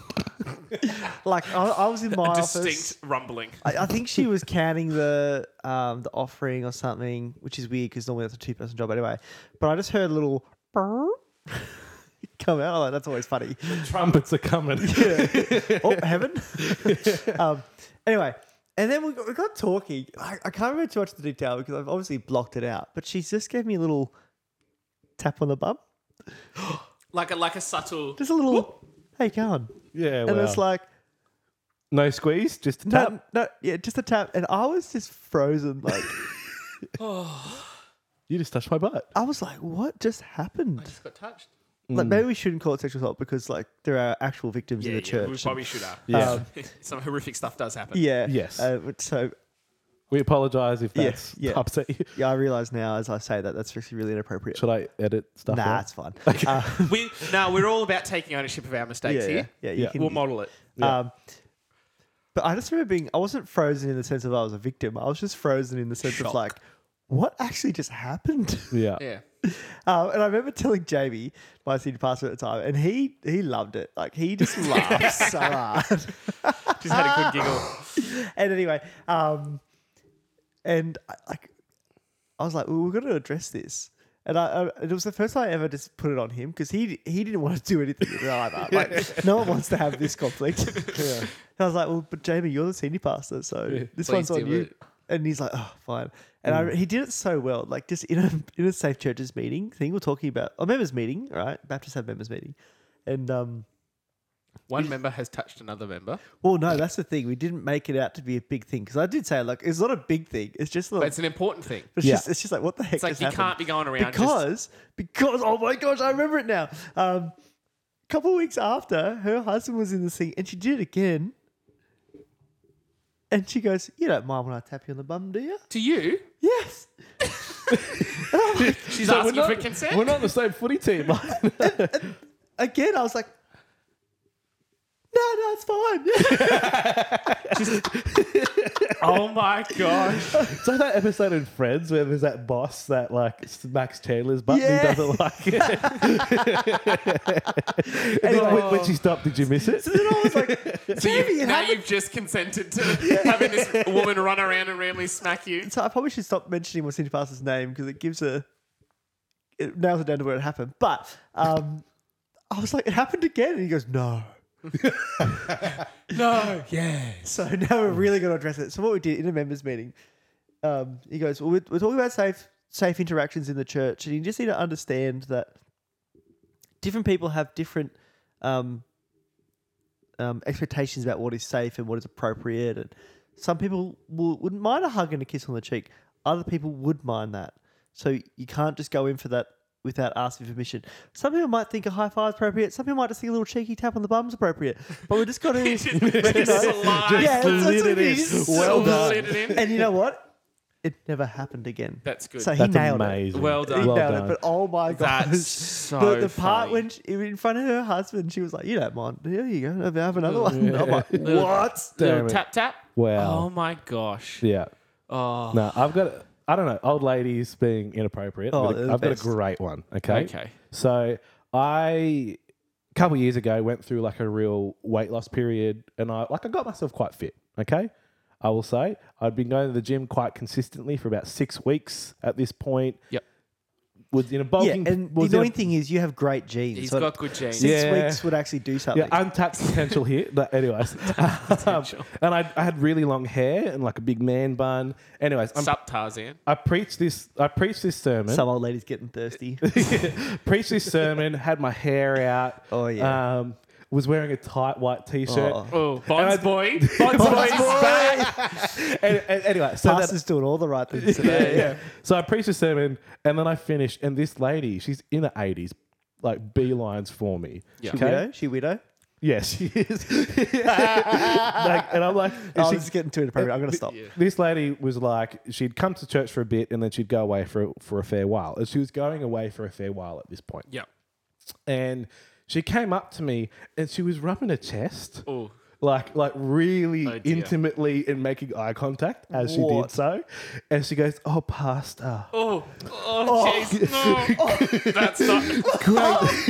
like I, I was in my a office. distinct rumbling. I, I think she was counting the um, the offering or something, which is weird because normally that's a two person job anyway. But I just heard a little come out. I'm like, that's always funny. Trumpets are coming. oh, heaven. um, anyway, and then we got, we got talking. I, I can't remember too much of the detail because I've obviously blocked it out. But she just gave me a little tap on the bum, like a like a subtle. just a little. Hey, on. Yeah, And wow. it's like no squeeze, just a no, tap. no, yeah, just a tap. And I was just frozen. Like You just touched my butt. I was like, what just happened? Just got touched. Hmm. Like maybe we shouldn't call it sexual assault because like there are actual victims in the church. we and- probably should have. Yeah. Um, Some horrific stuff does happen. yeah. Yes. Uh, so we apologize if Yeah, that's yeah. upset you. yeah, I realize now as I say that that's actually really inappropriate. Should I edit stuff? nah, out? it's fine. Uh, We now we're all about taking ownership of our mistakes yeah, yeah, here. yeah, you Yeah. can- We'll model it. Um, but I just remember being, I wasn't frozen in the sense of I was a victim. I was just frozen in the sense of Shock. like, what actually just happened? Yeah. Yeah. Um, and I remember telling Jamie, my senior pastor at the time, and he he loved it. Like he just laughed so hard. Just had a good giggle. and anyway, um, and I, like, I was like, well, we're going to address this. And I, I, it was the first time I ever just put it on him because he he didn't want to do anything with it either. Like, no one wants to have this conflict. And I was like, well, but Jamie, you're the senior pastor, so this Please one's on do you. it. Mm. And he's like, oh, fine. And I, he did it so well, like just in a in a safe churches meeting thing. We're talking about a members meeting, right? Baptists have members meeting, and um, One member has touched another member. well, no, that's the thing. We didn't make it out to be a big thing because I did say like it's not a big thing. It's just like But it's an important thing. it's, Yeah. just, it's just like what the heck? It's like just you happened? can't be going around just- because because oh my gosh, I remember it now. Um, a couple of weeks after her husband was in this thing, and she did it again. And she goes, "You don't mind when I tap you on the bum, do you?" To you, Yes. she's So asking we're, not, for consent. we're not on the same footy team. Again, I was like, "No, no, it's fine." oh my gosh! it's like that episode in Friends where there's that boss that like smacks Chandler's butt Yeah. and he doesn't like it. and then when, when she stopped, did you miss it? and I was like, So "Jamie, you, it now happened." you've just consented to having this woman run around and randomly smack you. So I probably should stop mentioning my senior pastor's name because it gives a it nails it down to where it happened. But um, I was like, it happened again, and he goes, "No." No, yes. So now we're really going to address it. So what we did in a members meeting, um, he goes, "Well, we're, we're talking about safe safe interactions in the church, and you just need to understand that different people have different um, um, expectations about what is safe and what is appropriate. And some people will, wouldn't mind a hug and a kiss on the cheek. Other people would mind that. So you can't just go in for that without asking permission. Some people might think a high five is appropriate. Some people might just think a little cheeky tap on the bum's appropriate. But we just got to just slide. yeah, Just that's- that's lit what it it in. is. Well So done. lit. Slid it in. And you know what? it never happened again. That's good. So he That's nailed it. amazing. Well He done. Well nailed done. it. But oh my gosh. That's so the, the part funny. when she, in front of her husband, she was like, "You don't mind? Here you go. Have have another one." I'm like, "What?" Damn Little it. tap tap. Wow. Oh my gosh. Yeah. Oh. No, I've got. I don't know. Old ladies being inappropriate. Oh, I've, got they're the a- I've got a best. great one. Okay. Okay. So I a couple years ago went through like a real weight loss period, and I like I got myself quite fit. Okay. I will say I'd been going to the gym quite consistently for about six weeks at this point. Yep. Was in a Yeah, bulking. and the was in a- annoying thing is you have great genes. He's so got good genes. Six Yeah. weeks would actually do something. Yeah, untapped potential here. But anyways, Um, and I, I had really long hair and like a big man bun. Anyways, I'm, Sup Tarzan. I preached this. I preached this sermon. Some old lady's getting thirsty. preached this sermon, had my hair out. Oh, yeah. Um, was wearing a tight white t-shirt. Oh. Oh, Bonds I- boy. Bonds boy. And, and anyway, so that, Pastor's doing all the right things yeah, today. yeah. So I preached a sermon, and then I finished, and this lady, she's in her eighties, like beelines for me. Yeah. Widow? She widow? Yes, she is. like, and I'm like, Oh, she- this is getting too inappropriate. I'm going to stop. This lady was like, she'd come to church for a bit and then she'd go away for for a fair while. And she was going away for a fair while at this point. Yep. And she came up to me and she was rubbing her chest. Ooh. Like, like really Oh, dear. intimately and making eye contact as she did What? so. And she goes, Oh, Pastor. Oh, oh, jeez. No. That's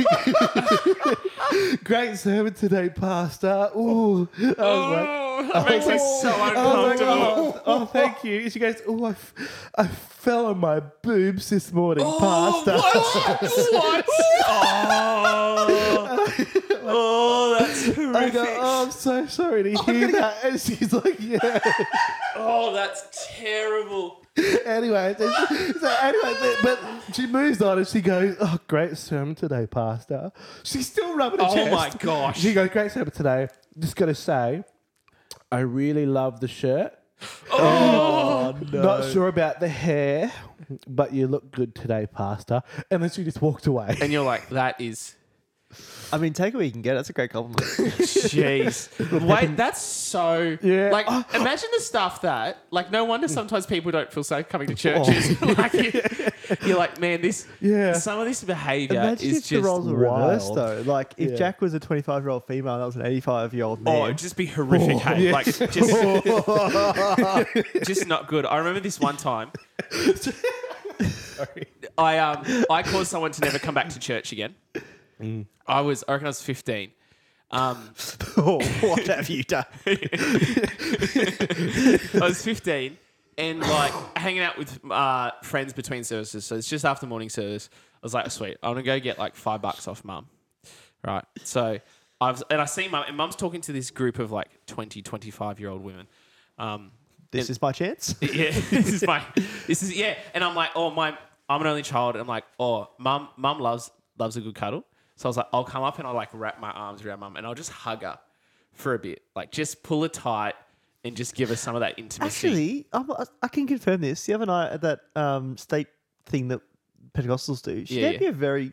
not. Great, great sermon today, Pastor. Ooh. I was like, Oh, that makes me so Oh, my uncomfortable. God. oh, thank you. She goes, oh, I, f- I fell on my boobs this morning, Pastor. Oh, What? What? Oh. oh, that's I go, horrific. oh, I'm so sorry to hear that. And she's like, yeah. Oh, that's terrible. anyway, so, so anyway, but- but she moves on and she goes, oh, great sermon today, Pastor. She's still rubbing her Oh, chest. my gosh. She goes, great sermon today. Just got to say, I really love the shirt. Oh. Oh, Not sure about the hair, but you look good today, Pastor. And then she just walked away. And you're like, that is. I mean, take what you can get. That's a great compliment. Jeez. Wait, that's so. Yeah. Like, imagine the stuff that. Like, no wonder sometimes people don't feel safe coming to churches. like, you, are like, man, this. Yeah. Some of this behaviour Imagine is if the just. roles were wild. reversed, though. Like, if Yeah. Jack was a 25 year old female and I was an 85 year old Oh, man. it'd just be horrific, hey? Like, just, just not good. I remember this one time. I um I caused someone to never come back to church again. I was I reckon I was fifteen. Um, Oh, what have you done? I was 15 and like hanging out with uh, friends between services. So it's just after morning service. I was like, sweet, I'm gonna go get like five bucks off mum. Right. So I was, and I see mum, and mum's talking to this group of like 20, 25 year old women. Um, This is my chance. yeah, this is my, this is yeah. And I'm like, oh my, I'm an only child. And I'm like, oh, mum, mum loves loves a good cuddle. So I was like, I'll come up and I'll like wrap my arms around mum and I'll just hug her for a bit, like just pull her tight and just give her some of that intimacy. Actually, I'm, I can confirm this. The other night at that um, state thing that Pentecostals do, she Yeah, gave yeah. me a very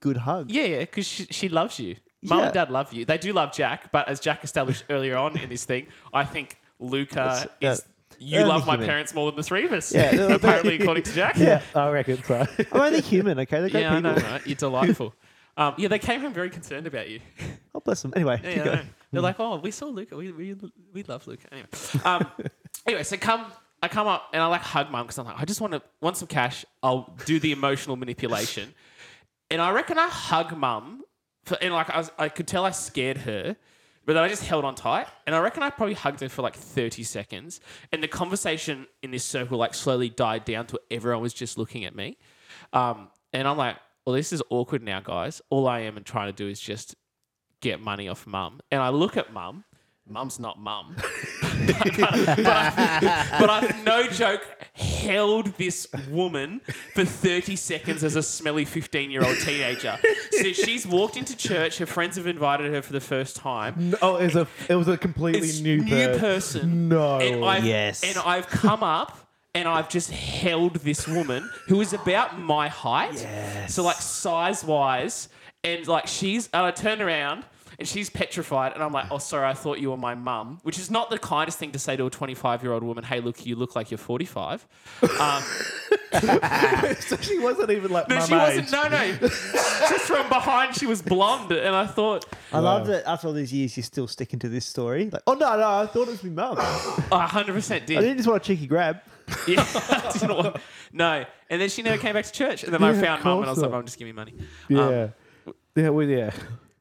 good hug. Yeah, yeah, because she, she loves you. Mum Yeah. and dad love you. They do love Jack, but as Jack established earlier on in this thing, I think Luca That's- is. that- You only love my human. parents more than the three of us. Yeah, no, apparently, according to Jack. yeah, I reckon so. I'm only human, okay? They're great yeah I people. know, right? You're delightful. Um, yeah, they came home very concerned about you. Oh, bless them. Anyway, Yeah, keep I going. know. They're like, oh, we saw Luca. We, we, we love Luca. Anyway, um, anyway, so come, I come up and I like hug mum because I'm like, I just want to want some cash. I'll do the emotional manipulation, and I reckon I hug mum, for, and like I, was, I could tell I scared her. But then I just held on tight, and I reckon I probably hugged her for like thirty seconds, and the conversation in this circle like slowly died down to everyone was just looking at me, um, and I'm like, "Well, this is awkward now, guys. All I am and trying to do is just get money off mum. And I look at mum. Mum's not mum. but, I've, but I've no joke held this woman for 30 seconds as a smelly 15 year old teenager. So she's walked into church. Her friends have invited her for the first time. oh, it was a it was a completely It's new, per- person. No, And I've, Yes. And I've come up and I've just held this woman who is about my height. So like size wise, and like she's and I turn around. and And she's petrified. And I'm like, oh, sorry, I thought you were my mum, which is not the kindest thing to say to a 25 year old woman. Hey, look, you look like you're 45. Um, so she wasn't even like no, she wasn't. No, no. Just from behind, she was blonde. And I thought, I love that after all these years, you're still sticking to this story. Like, oh no, no, I thought it was my mum. I oh, 100% did. didn't just want a cheeky grab. Yeah. I didn't want- no. And then she never came back to church. And then I Yeah, found of mum and course I was like, not. mum, just give me money. Yeah. Um, yeah, well, yeah.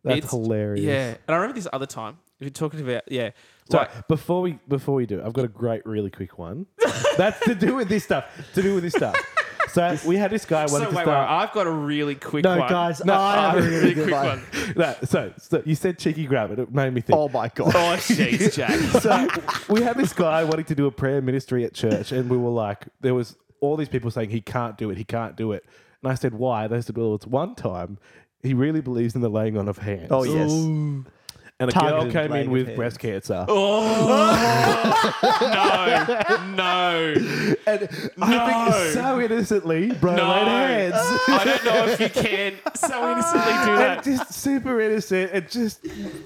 That's It's- hilarious. Yeah, and I remember this other time we were talking about yeah, Sorry, like, before we before we do, it, I've got a great, really quick one. That's to do with this stuff. To do with this stuff. So we had this guy so wanted wait, to wait, start. I've got a really quick No, one. guys, I have a really good one. No, so, so you said cheeky grab, and it made me think. Oh my god. Oh jeez, Jack. so we had this guy wanting to do a prayer ministry at church, and we were like, there was all these people saying he can't do it, he can't do it. And I said, why? They said, well, it's one time. He really believes in the laying on of hands. Oh yes. and a girl targeted came laying in of with hands. Oh, breast cancer. No, no, And I think so innocently, bro, No. laid Ah. hands. I don't know if you can so innocently do And that. just super innocent. It just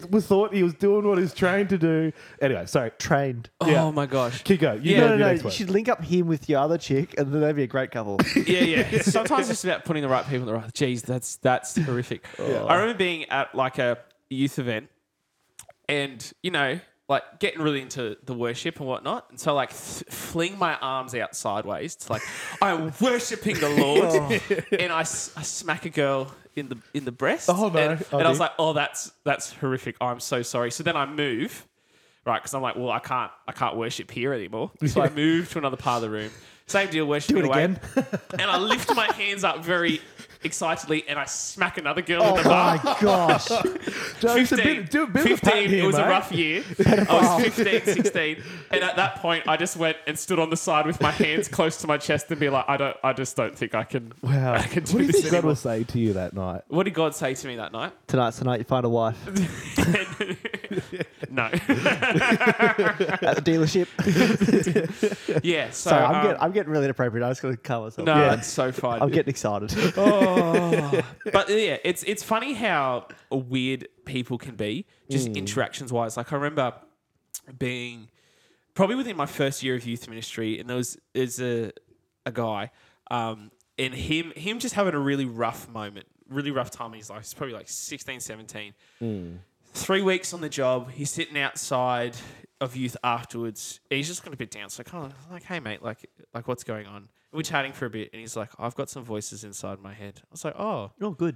was thought he was doing what he's trained to do. Anyway, sorry. Trained. Oh my gosh. Keep going. You Yeah. go No, to no, the no. next You one. should link up him with your other chick, and then they'd be a great couple. yeah, yeah. Sometimes it's just about putting the right people in the right. Jeez, that's that's horrific. Oh. I remember being at like a youth event, and you know, like getting really into the worship and whatnot, and so like th- fling my arms out sideways. It's like I'm worshiping the Lord, and I, s- I smack a girl. In the in the breast, Oh, no. and, Oh, and I was dear. like, "Oh, that's that's horrific. I'm so sorry." So then I move, right? Because I'm like, well, I can't, I can't worship here anymore. So I moved to another part of the room. Same deal, worship Do it away. again. and I lift my hands up very excitedly, and I smack another girl in the oh bar. my gosh. Joe, it's 15, a bit, do a bit of a 15 pattern here, it was mate. a rough year. I was 15, 16. And at that point, I just went and stood on the side with my hands close to my chest and be like, I don't, I just don't think I can, Wow. I can do what do you this think God anymore. will say to you that night? What did God say to me that night? Tonight's the night you find a wife no. at the dealership. yeah. So, Sorry, I'm, um, getting, I'm getting really inappropriate. I was going to cover myself. no, that's so fine. I'm getting excited. but yeah, it's it's funny how weird people can be, just interactions wise. Like I remember being probably within my first year of youth ministry, and there was is a a guy, um, and him him just having a really rough moment, really rough time in his life. He's probably like 16, 17. Three weeks on the job, he's sitting outside of youth afterwards. and He's just got a bit down, so I kind of like, hey mate, like like what's going on? We're chatting for a bit, and he's like, I've got some voices inside my head. I was like, oh oh, good.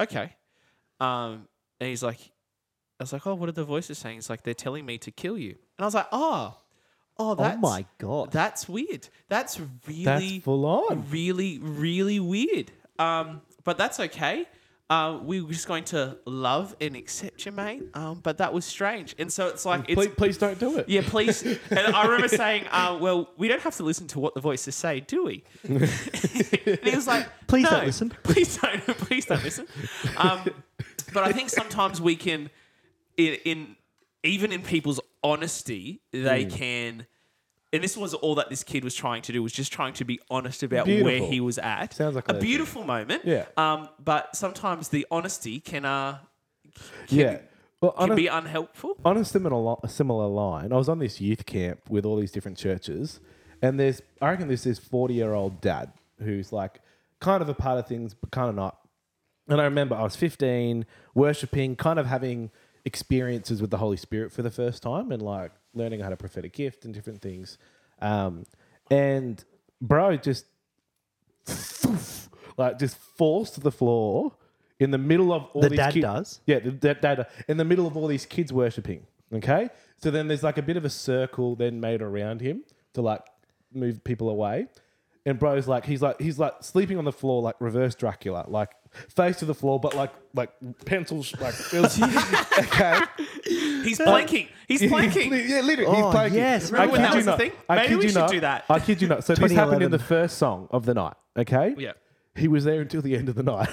okay. Um, and he's like, I was like, oh, what are the voices saying? He's like, they're telling me to kill you. And I was like, oh, oh, that's, my God. that's weird. That's really, full on. really, really weird. Um, but that's okay. Uh, we were just going to love and accept you, mate. Um, but that was strange. And so it's like, it's, Please, please don't do it. yeah, please. And I remember saying, uh, well, we don't have to listen to what the voices say, do we? and he was like, Please "No, don't listen." Please don't. Please don't listen. Um, but I think sometimes we can, in, in even in people's honesty, they can. And this was all that this kid was trying to do was just trying to be honest about where Beautiful. he was at. Sounds like a legend. beautiful moment. Yeah. Um, but sometimes the honesty can uh Yeah. Well, on can a, be unhelpful. on a similar li- a similar line, I was on this youth camp with all these different churches, and there's I reckon there's this forty year old dad who's like kind of a part of things, but kind of not. And I remember I was fifteen, worshiping, kind of having experiences with the Holy Spirit for the first time, and like learning how to prophetic gift and different things. Um, and bro, just like just falls to the floor in the middle of all The these dad kid- does? yeah, the dad, dad in the middle of all these kids worshiping. Okay, so then there's like a bit of a circle then made around him to like move people away, and bro's like he's like he's like sleeping on the floor like reverse Dracula, like face to the floor, but like like pencils like it was- okay. He's planking. He's planking. Yeah, literally, Oh, he's planking. yes. I Remember when kid that you was a not. thing? I Maybe kid we you should not. do that. I kid you not. So this happened in 2011. the first song of the night. Okay. Yeah. He was there until the end of the night.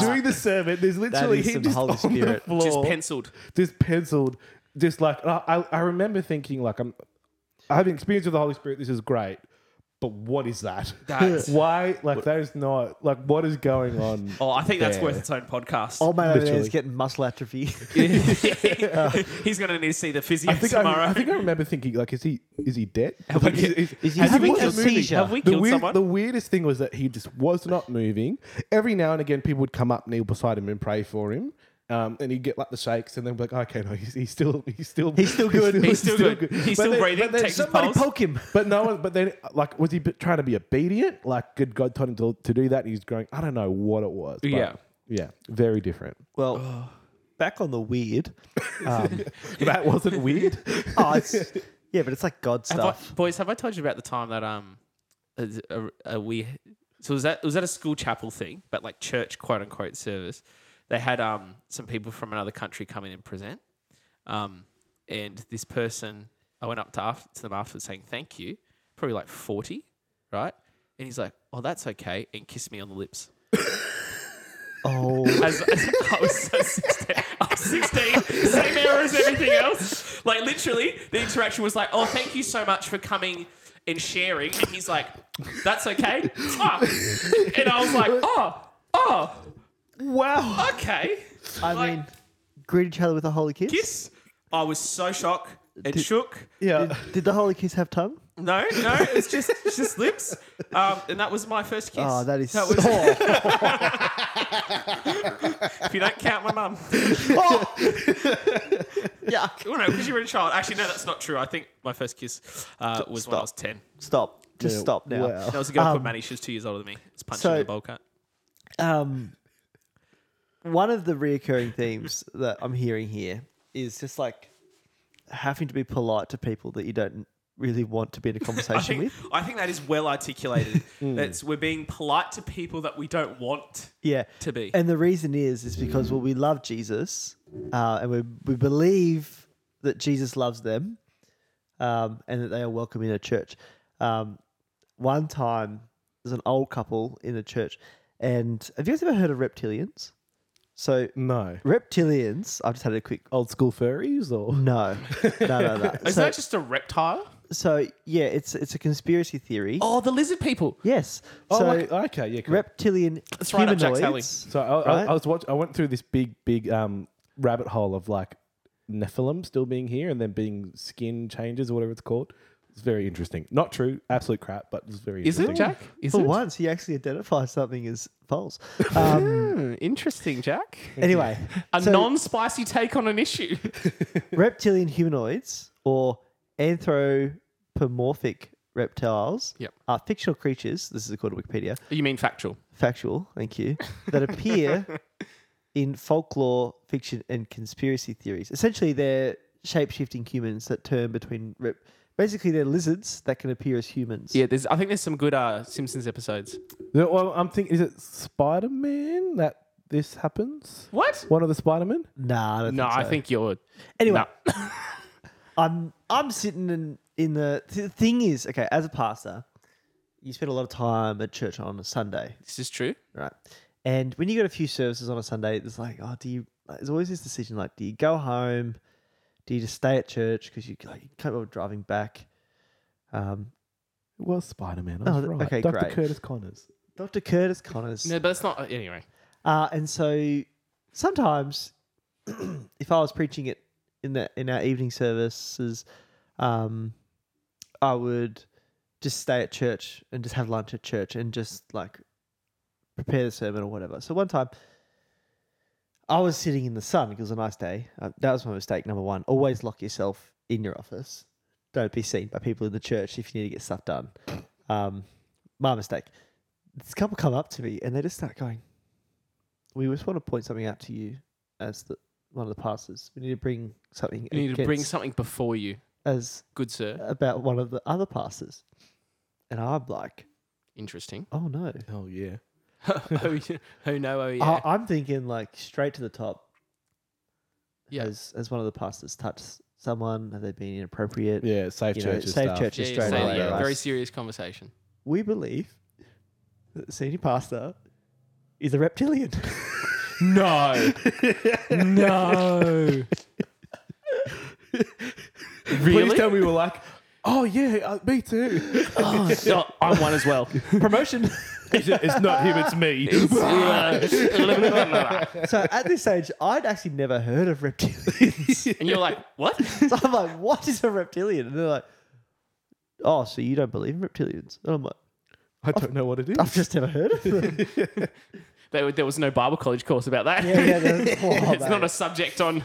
During the sermon, there's literally is he some just Holy on Spirit. the floor, Just penciled. just penciled, just like I, I, I remember thinking like I'm, I have experience with the Holy Spirit. This is great, but what is that? That's- Why? Like, that is not like what is going on? Oh, I think that's There. Oh, worth its own podcast. Old man over there is Literally. getting muscle atrophy. He's going to need to see the physio I think tomorrow. I, I think I remember thinking like, is he is he dead? Have we Like, ki- is he has having wasn't a moving. seizure? Have we the killed weird- someone? The weirdest thing was that he just was not moving. Every now and again, people would come up, kneel beside him, and pray for him. Um, and he'd get like the shakes, and then be like, okay, no, he's, he's still, he's still, He's still good. He's still good. He's still then- breathing, then takes his somebody pulse. poked Poke him. but no one. But then, like, was he b- trying to be obedient? Like, good God told him to, to do that. And he's going. I don't know what it was. but Yeah. yeah, very different. Oh. Well, back on the weird. um, That wasn't weird. Oh, it's, yeah, but it's like God Have I- stuff. boys, have I told you about the time that um, is- uh, uh, we so was that was that a school chapel thing, but like church quote unquote service? They had um some people from another country come in and present, um, and this person I went up to, after, to them afterwards saying thank you, probably like forty, right? And he's like, oh, that's okay, and kissed me on the lips. Oh, As, as- I was so 16. I was 16. Same error as everything else. Like, literally, the interaction was like, oh, thank you so much for coming and sharing. And he's like, that's okay. Ah. And I was like, oh, oh, wow. okay. I Like- mean, greet each other with a holy kiss. Kiss. I was so shocked and shook. Yeah. Did, did the holy kiss have tongue? No, no, it's just it's just lips. Um, and that was my first kiss. Oh, that is That so. was, if you don't count my mum. yuck. Well, no, because you were a child. Actually, no, that's not true. I think my first kiss uh, was when I was 10. Stop. Just Yeah, stop now. wow. That was a girl called Um, Manny. She was two years older than me. It's punching so- the bowl cut. um, one of the reoccurring themes that I'm hearing here is just like having to be polite to people that you don't really want to be in a I think, conversation with. I think that is well articulated. That's we're being polite to people that we don't want. Yeah, to be. And the reason is is because well, we love Jesus, uh, and we we believe that Jesus loves them, um, and that they are welcome in a church. Um, one time, there's an old couple in a church, and have you guys ever heard of reptilians? So No. reptilians, I've just had a quick Old school furries or No, no, no, no. Is so, that just a reptile? so yeah, it's it's a conspiracy theory. Oh, the lizard people. Yes. Oh, so like- okay, yeah. Cool. reptilian right up Jack's alley. humanoids. So I, I- right? I, was watch. I went through this big, big um, rabbit hole of like Nephilim still being here and then being skin changes or whatever it's called. It's very interesting. Not true, absolute crap, but it's very Is interesting. it, Jack? Is For it? once, he actually identifies something as false. Um, Hmm, interesting, Jack. anyway, A so non spicy take on an issue. reptilian humanoids or anthropomorphic reptiles Yep. are fictional creatures. This is according to Wikipedia. you mean factual? factual, thank you, that appear in folklore, fiction, and conspiracy theories. Essentially, they're shape shifting humans that turn between. Rep- basically, they're lizards that can appear as humans. Yeah, there's. I think there's some good uh, Simpsons episodes. No, well, I'm thinking, is it Spider Man that this happens? What? One of the Spider Men? Nah, I don't No, think so. I think you're. Anyway, Nah. I'm I'm sitting in in the th- the thing is okay. As a pastor, you spend a lot of time at church on a Sunday, This is true. right? And when you got a few services on a Sunday, it's like, oh, do you? like, There's always this decision: like, do you go home? Do you just stay at church because you like, you can't remember driving back? Um, It was Spider Man. I was Oh, right. okay, Dr. great. Curtis Connors. Dr. Curtis Connors. No, but that's not. Anyway. Uh, and so sometimes, if I was preaching it in the in our evening services, um, I would just stay at church and just have lunch at church and just like prepare the sermon or whatever. So one time, I was sitting in the sun because it was a nice day. Uh, that was my mistake number one. Always lock yourself in your office. Don't be seen by people in the church if you need to get stuff done. Um, my mistake. This couple come up to me and they just start going we just want to point something out to you as the one of the pastors. We need to bring something. You need to bring against- something before you, as good sir. about one of the other pastors, and I'm like, Interesting. oh no, Oh, yeah. oh, yeah. oh no, oh yeah. I, I'm thinking like straight to the top. Yeah. As as one of the pastors touched someone, have they been inappropriate? Yeah, safe You know, churches. safe stuff. churches. Yeah, just yeah, straight so, away, yeah, right? very serious conversation. We believe that the senior pastor is a reptilian. No, no. Please really? tell me we were like, Oh yeah, uh, me too. Oh, I'm one as well. Promotion. it's, it's not him, it's me. so at this age, I'd actually never heard of reptilians. and you're like, what? so I'm like, what is a reptilian? And they're like, oh, so you don't believe in reptilians? And I'm like, I don't know what it is. I've just never heard of them. There, there was no Bible college course about that. yeah, yeah, they're- oh, it's not a mate. subject on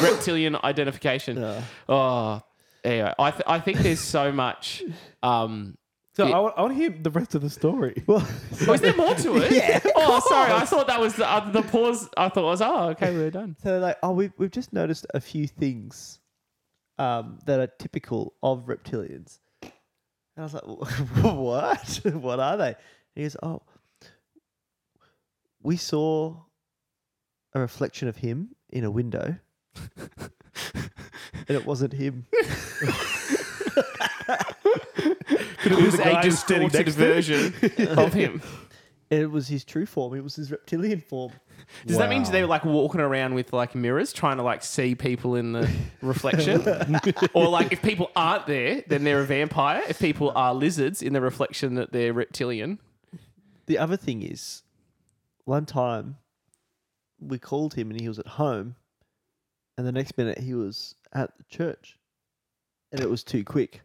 reptilian identification. Oh, anyway, I, th- I think there's so much. Um, So Yeah. I, want, I want to hear the rest of the story. Well, oh, is there more to it? yeah. Oh, sorry. I thought that was the, uh, the pause. I thought was, oh, okay, we're done. so they're like, oh, we've, we've just noticed a few things um, that are typical of reptilians. And I was like, what? what are they? And he goes, oh, we saw a reflection of him in a window, and it wasn't him. It was a guy who's standing distorted next to version of him. It was his true form. It was his reptilian form. Does that mean they were like walking around with like mirrors trying to like see people in the reflection? or like if people aren't there, then they're a vampire. If people are lizards in the reflection that they're reptilian. The other thing is, one time we called him and he was at home, and the next minute he was at the church, and it was too quick.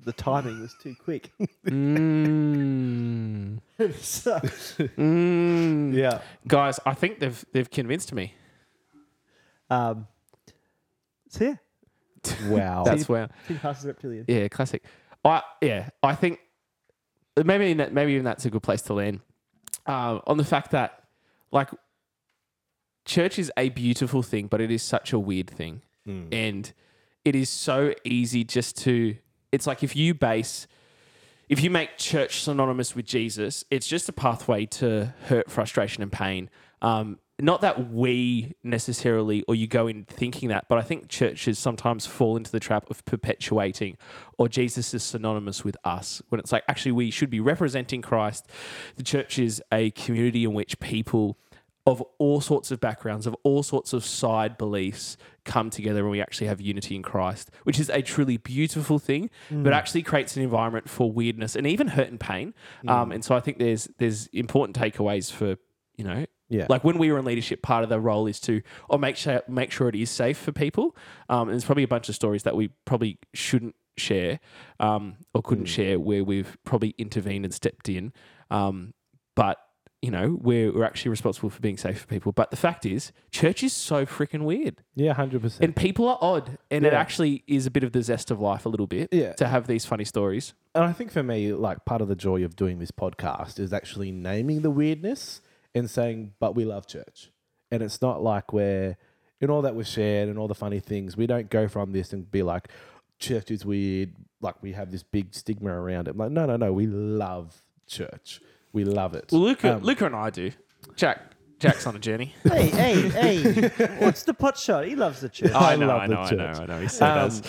The timing was too quick. Mm. so, Mm. Yeah. Guys, I think they've they've convinced me. um, so yeah, Wow. That's where two passes reptilian. Yeah, classic. I yeah, I think maybe in that, maybe even that's a good place to land um, on the fact that like church is a beautiful thing, but it is such a weird thing, and it is so easy just to. It's like if you base. If you make church synonymous with Jesus, it's just a pathway to hurt, frustration, and pain. Um, not that we necessarily, or you go in thinking that, but I think churches sometimes fall into the trap of perpetuating, or Jesus is synonymous with us, when it's like, actually, we should be representing Christ. The church is a community in which people of all sorts of backgrounds, of all sorts of side beliefs come together and we actually have unity in Christ, which is a truly beautiful thing, but actually creates an environment for weirdness and even hurt and pain. Um, and so I think there's there's important takeaways for, you know, Yeah. like when we were in leadership, part of the role is to or make sure make sure it is safe for people. Um, and there's probably a bunch of stories that we probably shouldn't share um, or couldn't share where we've probably intervened and stepped in. Um, but you know, we're, we're actually responsible for being safe for people. But the fact is, church is so freaking weird. Yeah, hundred percent. And people are odd. And it actually is a bit of the zest of life a little bit Yeah. to have these funny stories. And I think for me, like part of the joy of doing this podcast is actually naming the weirdness and saying, but we love church. And it's not like we're, in all that was shared and all the funny things, we don't go from this and be like, church is weird. Like we have this big stigma around it. like, no, no, no, we love church. We love it. Well, Luca, Luca and I do. Jack, Jack's on a journey. Hey, hey, hey! What's the pot shot? He loves the church. I know, love I the know, I know, church. I know. He so Um,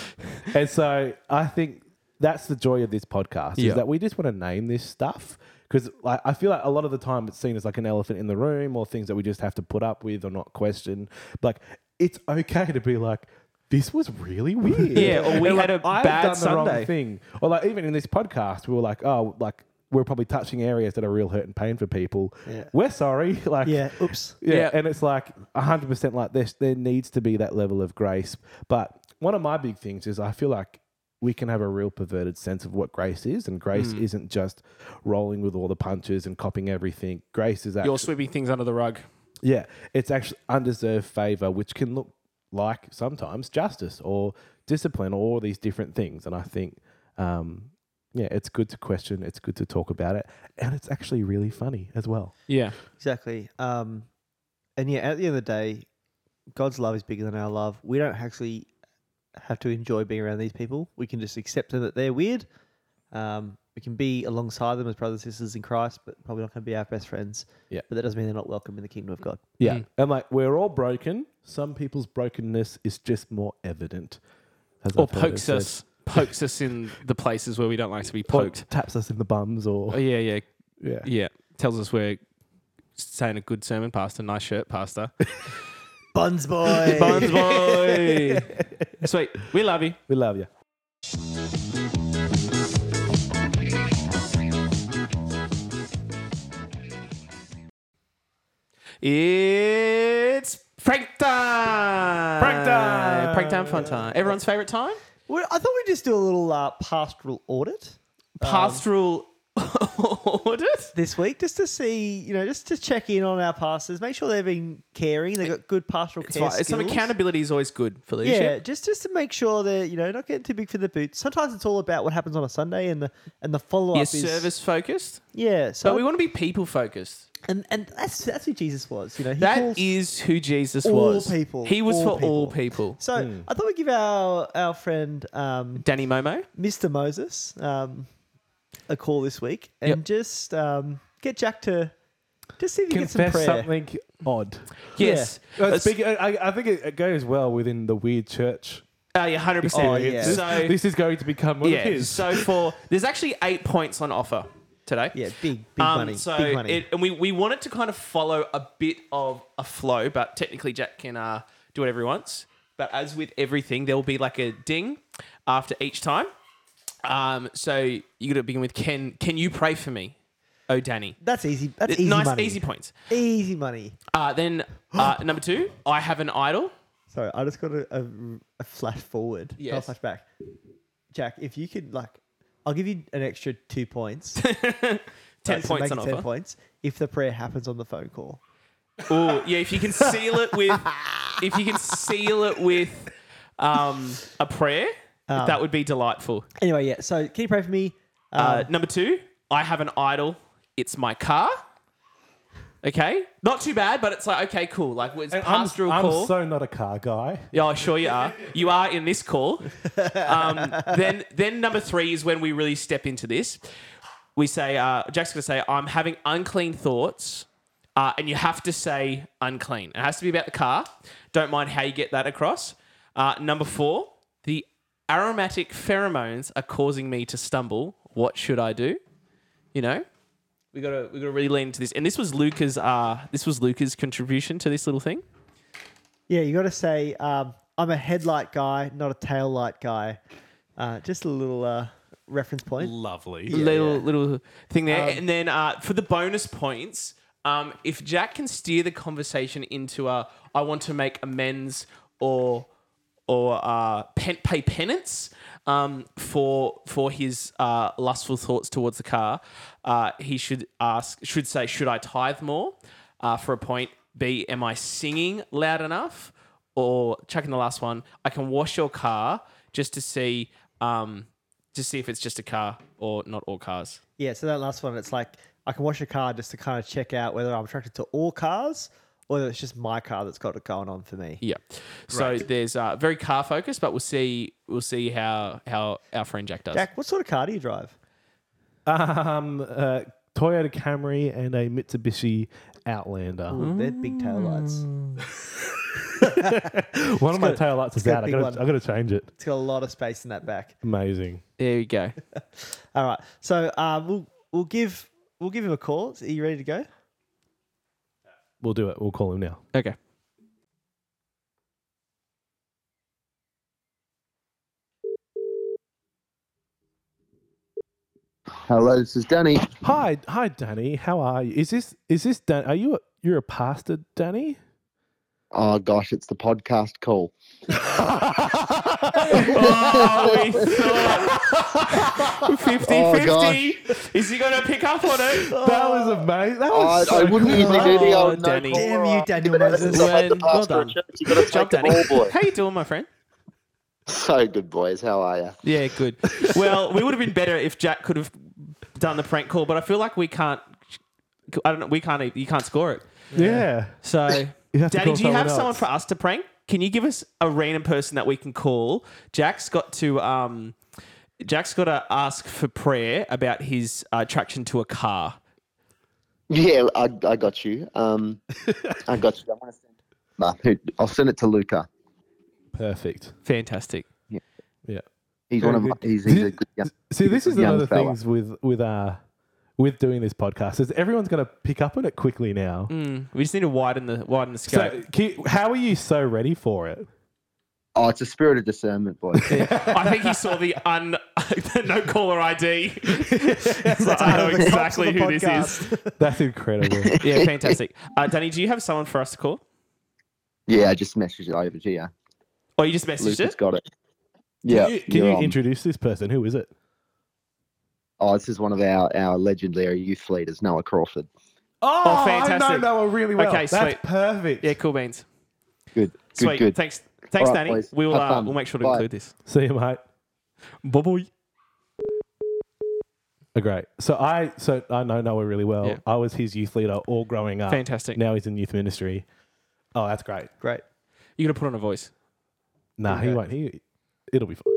and so I think that's the joy of this podcast Yeah. is that we just want to name this stuff because like, I feel like a lot of the time it's seen as like an elephant in the room or things that we just have to put up with or not question. Like it's okay to be like, this was really weird. Yeah, or we And, had like, a I've bad done the wrong Sunday. thing. Or like even in this podcast, we were like, oh, like we're probably touching areas that are real hurt and pain for people. Yeah. We're sorry. Like Yeah. Oops. yeah, Yeah. and it's like 100% like this. There needs to be that level of grace. But one of my big things is I feel like we can have a real perverted sense of what grace is. And grace isn't just rolling with all the punches and copying everything. Grace is actually, You're sweeping things under the rug. yeah, it's actually undeserved favor, which can look like sometimes justice or discipline or all these different things. And I think, um, yeah, it's good to question, it's good to talk about it. And it's actually really funny as well. Yeah. Exactly. Um, and yeah, at the end of the day, God's love is bigger than our love. We don't actually have to enjoy being around these people. We can just accept them that they're weird. Um, we can be alongside them as brothers and sisters in Christ, but probably not going to be our best friends. Yeah. But that doesn't mean they're not welcome in the kingdom of God. Yeah. And like we're all broken. Some people's brokenness is just more evident. as Or I've heard it pokes said. us, pokes us in the places where we don't like to be Or poked. taps us in the bums or Oh, yeah, yeah, yeah. yeah. Tells us we're saying a good sermon, pastor. Nice shirt, pastor. Buns boy. Buns boy. Sweet. We love you. We love you. It's prank time. Prank time. Prank time. Fun time. Everyone's favorite time. Well, I thought we'd just do a little uh, pastoral audit Pastoral audit. this week, just to see, you know, just to check in on our pastors, make sure they've been caring, they've got good pastoral It's care fine. Some skills. accountability is always good for leadership. Yeah, just just to make sure they're you know not getting too big for the boots. Sometimes it's all about what happens on a Sunday and the and the follow up You're is service focused, Yeah, so but we want to be people focused. and and that's that's who Jesus was. You know, he That calls is who Jesus all was. people. He was all for all people. So I thought we'd give our our friend um, Danny Momo. Mr. Moses um, a call this week and Yep. just um, get Jack to just see if you get some Confess prayer. something odd. Yes. Uh, Let's- speak, I, I think it, it goes well within the weird church. Uh, yeah, hundred percent. Oh, yeah. This, So this is going to become one yeah. of his. So for there's actually eight points on offer today. Um, Yeah, big big money, So big money. It, and we, we want it to kind of follow a bit of a flow, but technically Jack can uh, do whatever he wants. But as with everything, there will be like a ding after each time. Um, so you got to begin with can can you pray for me, oh Danny? that's easy. That's easy nice, money. easy points. Easy money. Uh, then uh, number two, I have an idol. Sorry, I just got a, a, a flash forward. Yeah. Not a Yes. flash back. Jack, if you could, like, I'll give you an extra two points. Ten So points make on it 10 offer. points if the prayer happens on the phone call. Ooh, yeah, if you can seal it with, if you can seal it with, um, a prayer, that would be delightful. Anyway, yeah. So can you pray for me? Uh, number two, I have an idol. It's my car. Okay, not too bad, but it's like okay, cool. Like it's And I'm- pastoral I'm, call. so not a car guy. yeah, oh, sure you are. You are in this call. Um, then, then number three is when we really step into this. We say, uh, Jack's gonna say, I'm having unclean thoughts, uh, and you have to say unclean. It has to be about the car. Don't mind how you get that across. Uh, number four, the aromatic pheromones are causing me to stumble. What should I do? You know, we gotta we gotta really lean into this. And this was Luca's uh, this was Luca's contribution to this little thing. Yeah, you got to say, um, I'm a headlight guy, not a tail light guy. Uh, just a little uh, reference point. Lovely. little little thing there. and then uh, for the bonus points, um, if Jack can steer the conversation into a I want to make amends or or uh, pen, pay penance um, for for his uh, lustful thoughts towards the car, uh, he should ask should say should I tithe more uh, for a point. B am I singing loud enough? Or chucking the last one, I can wash your car just to see um, to see if it's just a car or not all cars. Yeah, so that last one, it's like, I can wash a car just to kind of check out whether I'm attracted to all cars or whether it's just my car that's got it going on for me. Yeah. So there's uh, very car focused, but we'll see we'll see how how our friend Jack does. Jack, what sort of car do you drive? Um, uh, Toyota Camry and a Mitsubishi Outlander. They're big tail lights. Mm. One of my got- tail lights is got a out. I big gotta, one. I gotta change it. It's got a lot of space in that back. Amazing. There you go. All right. So um, we'll we'll give we'll give him a call. Are you ready to go? We'll do it. We'll call him now. Okay. Hello, this is Danny. Hi, hi, Danny. How are you? Is this is this Dan? Are you a, you're a pastor, Danny? Oh gosh, it's the podcast call. Oh, we thought 50 Oh, 50. Is he going to pick up on it? That was amazing. That Uh, I, was I so wouldn't cool. even need any Oh, old no Danny. caller Damn you, after Daniel that. Moses. It's not like the Well- well pastor done. of church. You gotta Job, take the Danny. ball, Oh, boy. How you doing, my friend? So good, boys. How are you? Yeah, good. Well, we would have been better if Jack could have done the prank call, but I feel like we can't. I don't know. We can't. You can't score it. Yeah. So, You have to Daddy, call do you have someone someone else. for us to prank? Can you give us a random person that we can call? Jack's got to um, Jack's got to ask for prayer about his uh, attraction to a car. Yeah, I, I got you. Um, I got you. I'm gonna send. Nah, who- I'll send it to Luca. Perfect. Fantastic. Yeah. He's Very one of my, good. he's, he's a good young. See, this is young another fella. things with with uh with doing this podcast is everyone's going to pick up on it quickly now. Mm. Hmm. We just need to widen the widen the scope. So, ki- how are you so ready for it? Oh, it's a spirit of discernment, boy. I think he saw the un the no caller ID. It's like, I know exactly who this is. That's incredible. Yeah, fantastic. Uh, Danny, do you have someone for us to call, yeah, I just messaged it over to you. or you just messaged Lucas it? got it. Yeah. Can you, can you're you on. introduce this person? Who is it? Oh, this is one of our, our legendary youth leaders, Noah Crawford. Oh, fantastic. Noah really well. Okay, That's sweet. perfect. Yeah, cool beans. Good. Good, Sweet. good. Thanks, thanks, All right, Danny. boys. We'll Have uh, fun. we'll make sure to Bye. include this. See you, mate. Bye bye. Oh, great. So I so I know Noah really well. Yeah. I was his youth leader all growing up. Fantastic. Now he's in youth ministry. Oh, that's great. Great. You gotta put on a voice. Nah, he Okay. won't. He it'll be fine.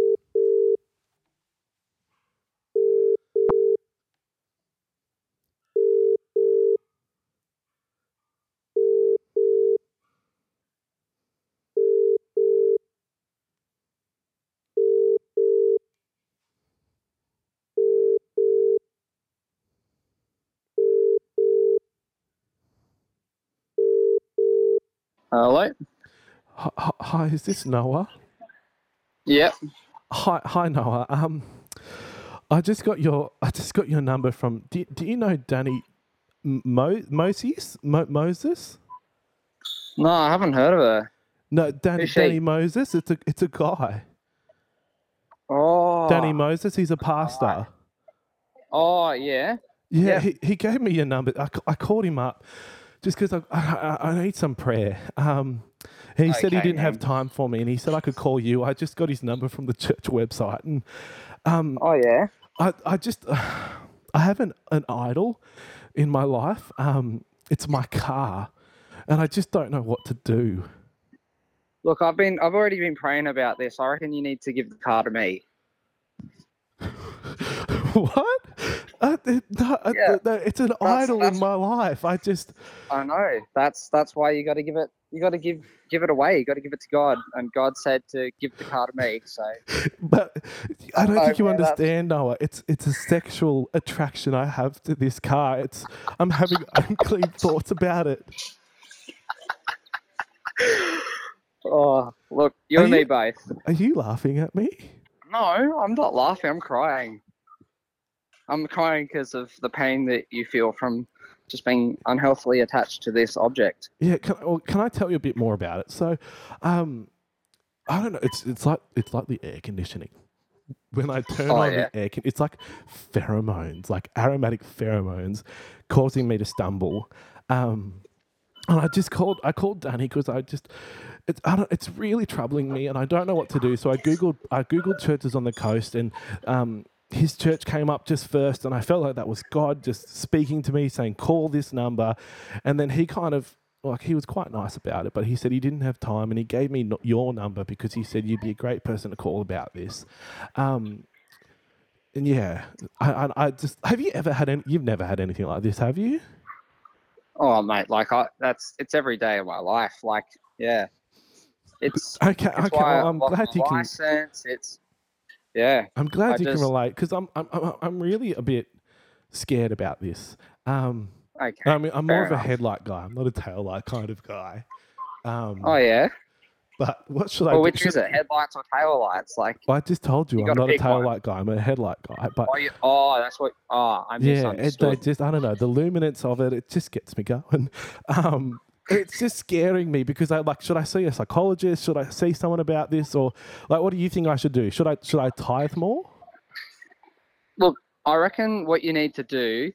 Hello? Hi- Hi, hi, is this Noah? Yeah. Hi, hi Noah. Um, I just got your I just got your number from. Do, do you know Danny M- Mo, Moses? Mo, Moses? No, I haven't heard of her. No, Danny Who's she? Danny Moses. It's a it's a guy. Oh. Danny Moses. He's a pastor. Oh, yeah. Yeah, He, he gave me your number. I, ca- I called him up just because I, I, I- I need some prayer. Um, and he said he Okay, didn't have um, time for me, and he said I could call you. I just got his number from the church website, and um, Oh, yeah. I, I just I have an, an idol in my life. Um, it's my car, and I just don't know what to do. Look, I've been I've already been praying about this. I reckon you need to give the car to me. what? Uh, it- no, uh, Yeah, no, it's an idol in that's- my life. I just I know. That's that's why you gotta give it you gotta give give it away. You gotta give it to God. And God said to give the car to me. So But I don't Oh, think you yeah, that's- understand, Noah. It's it's a sexual attraction I have to this car. It's I'm having unclean thoughts about it. Oh look, you Are and me you- both. Are you laughing at me? No, I'm not laughing, I'm crying. I'm crying because of the pain that you feel from just being unhealthily attached to this object. Yeah. Can, well, can I tell you a bit more about it? So, um, I don't know. It's it's like it's like the air conditioning. When I turn Oh, on yeah. the air, con- it's like pheromones, like aromatic pheromones, causing me to stumble. Um, and I just called. I called Danny because I just it's I don't, it's really troubling me, and I don't know what to do. So I googled I googled churches on the coast, and um, his church came up just first, and I felt like that was God just speaking to me, saying, "Call this number," and then he kind of. Like he was quite nice about it, but he said he didn't have time, and he gave me no- your number because he said you'd be a great person to call about this. Um, and yeah, I, I, I just have you ever had any? You've never had anything like this, have you? Oh mate, like I that's it's every day of my life. Like, yeah. It's Okay, It's okay. why Well, I I'm lost glad my you can. license. It's yeah. I'm glad I you can just- relate because I'm, I'm I'm I'm really a bit scared about this. Um, Okay. I mean, I'm fair more of a enough. headlight guy. I'm not a tail light kind of guy. Um, oh yeah. but what should I? Well, do? which Should- is it? Headlights or tail lights? Like, Well, I just told you, You I'm gotta not a pick tail one. light guy. I'm a headlight guy. But oh, you, oh, that's what. Oh, I Uh, yeah, it, misunderstood. they just I don't know the luminance of it. It just gets me going. Um, it's just scaring me because I like. Should I see a psychologist? Should I see someone about this? Or like, what do you think I should do? Should I should I tithe more? Look, I reckon what you need to do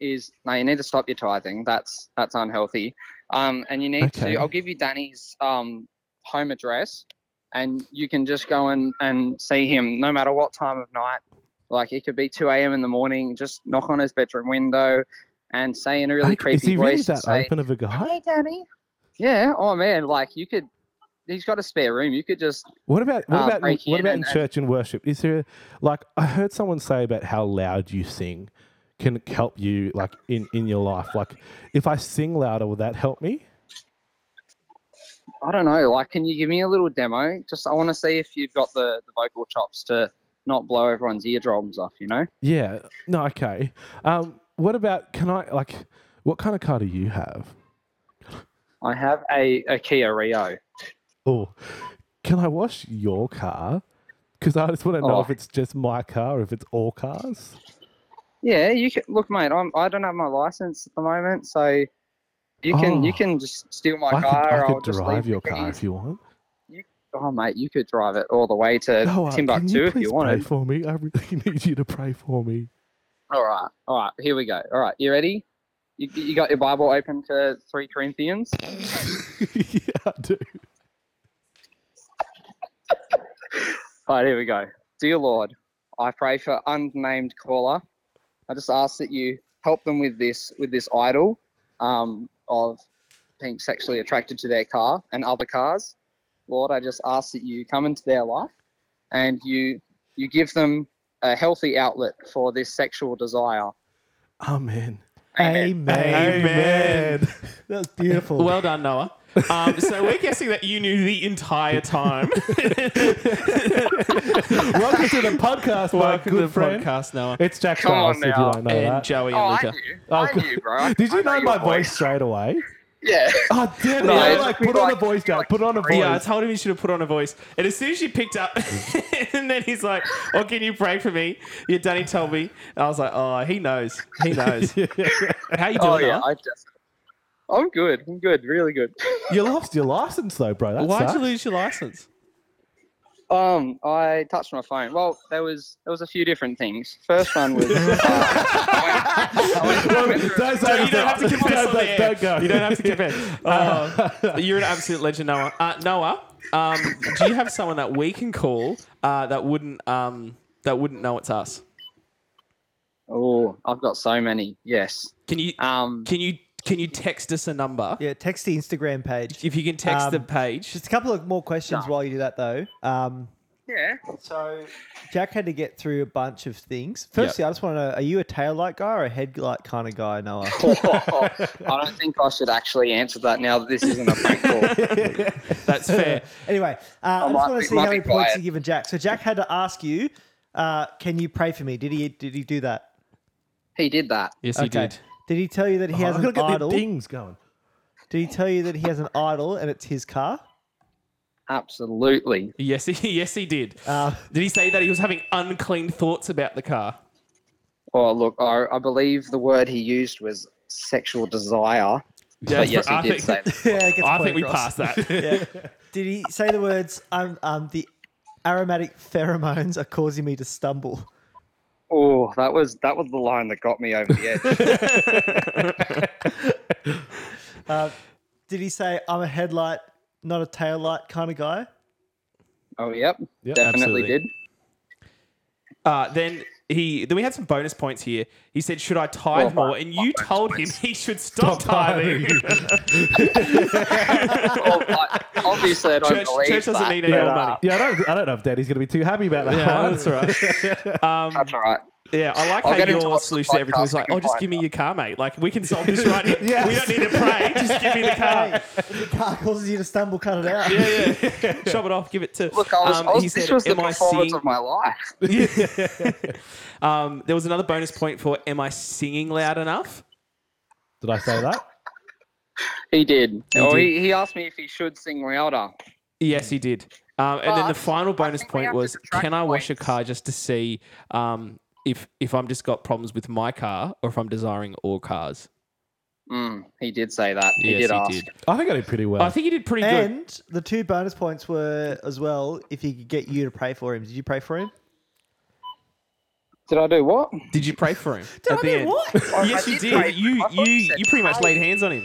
is no, you need to stop your tithing. That's that's unhealthy. Um, and you need Okay. to. I'll give you Danny's um home address, and you can just go and and see him no matter what time of night. Like it could be two a.m. in the morning. Just knock on his bedroom window, and say in a really Like, creepy is he really voice, that say, open of a guy? Hey, Danny. Yeah. Oh man, like you could. He's got a spare room. You could just. What about what um, about in- break what in about in and- and- church and worship? Is there like I heard someone say about how loud you sing can help you like in in your life? Like if I sing louder, will that help me? I don't know. Like, can you give me a little demo? Just I want to see if you've got the the vocal chops to not blow everyone's eardrums off. You know. Yeah. No. Okay. Um, what about can I like what kind of car do you have? I have a a Kia Rio. Oh, can I wash your car? Because I just want to know Oh. if it's just my car or if it's all cars. Yeah, you can look, mate. I'm, I don't have my license at the moment, so you can you Oh. can just steal my I could, car. I will could just drive leave your the car keys. if you want. Oh, mate, you could drive it all the way to Noah, uh, can Timbuktu you if please you pray wanted. for me? I really need you to pray for me. All right, all right. Here we go. All right, you ready? You, you got your Bible open to three Corinthians? yeah, I do. All right, here we go. Dear Lord, I pray for unnamed caller. I just ask that you help them with this with this idol um, of being sexually attracted to their car and other cars. Lord, I just ask that you come into their life and you you give them a healthy outlet for this sexual desire. Amen. Amen. Amen. That's beautiful. Well done, Noah. Um, so we're guessing that you knew the entire time. Welcome to the podcast, my Welcome to good the friend. podcast, Noah. It's Jack Come on Charles, if you now. don't know and that. Joey and Oh, I Luca. knew. Oh, I good. knew, bro. Did you I know your my voice straight away? Yeah. Oh, damn it. No, I it's like, been put on a like- voice, Jack. Put on a voice. Yeah, I told him he should have put on a voice. And as soon as you picked up, and then he's like, Oh, can you pray for me? Yeah, Danny told me. And I was like, Oh, he knows. He knows. How you doing? Oh yeah, Noah? I just. I'm good. I'm good. Really good. you lost your license, though, bro. That Why'd sucks. you lose your license? Um, I touched my phone. Well, there was there was a few different things. First one was uh, I went- I went- I went through- Don't No, say you don't have to confess Don't, on the don't, air. don't go. Oh, You don't have to confess. Uh, you're an absolute legend, Noah. Uh, Noah, um, do you have someone that we can call uh, that wouldn't um, that wouldn't know it's us? oh, I've got so many. Yes. Can you Um, can you can you text us a number? yeah, text the Instagram page. If you can text Um, the page, Just a couple of more questions while you do that, though. Um, yeah. so Jack had to get through a bunch of things. Firstly, I just want to know: Are you a tail light guy or a head light kind of guy, Noah? I don't think I should actually answer that now that this isn't a prank call. that's fair. anyway, uh, I just might want be- to see might how be many points quiet. you given Jack. So Jack had to ask you, uh, "Can you pray for me?" Did he? Did he do that? He did that. Yes, he Okay. did. Did he tell you that he has I'm going an to Oh, get the idol? Did dings going. he tell you that he has an idol and it's his car? Absolutely. Yes, he, yes, he did. Uh, Did he say that he was having unclean thoughts about the car? Oh, look, I, I believe the word he used was sexual desire. Yeah, But yes, he I did say think, that. yeah, it gets I point think we passed across. that. Did he say the words um, um, the aromatic pheromones are causing me to stumble? Oh, that was that was the line that got me over the edge. Did he say I'm a headlight, not a tail light kind of guy? oh, yep, Yep, definitely absolutely. did. Uh, then he then we had some bonus points here. He said, "Should I tithe Well, more?" And you told him he should stop, tithing. Well, I, obviously, I don't church, believe church doesn't that, need any more but, uh, money. Yeah, I don't, I don't know if Daddy's going to be too happy about that. Yeah, one. that's all right. Um, That's all right. yeah, I like I'll how get into your lots of solution to everything was podcasts like, we "Oh, can just find give me out." your car, mate. Like we can solve this right. here. We Yes. don't need to pray. Just give me the Hey, car." if your car causes you to stumble, cut it out. Yeah, yeah. Shove it off. Give it to. Look, I was, um, I was, he this said, was the "Am I performance seeing- of my life. Um, there was another bonus point for am I singing loud enough? Did I say that? He did. oh, did. He, he asked me if he should sing louder. Yes, he did. Um, and then the But final bonus think we point have to was subtract can I wash a points. car just to see um, if if I'm just got problems with my car or if I'm desiring all cars? Mm, he did say that. He yes, did he ask. did. I think I did pretty well. I think you did pretty good. And the two bonus points were as well if he could get you to pray for him. Did you pray for him? Did I do what? Did you pray for him? Did I do what? yes, I you did pray did. for You him. I you thought you said you pretty much pray. laid hands on him.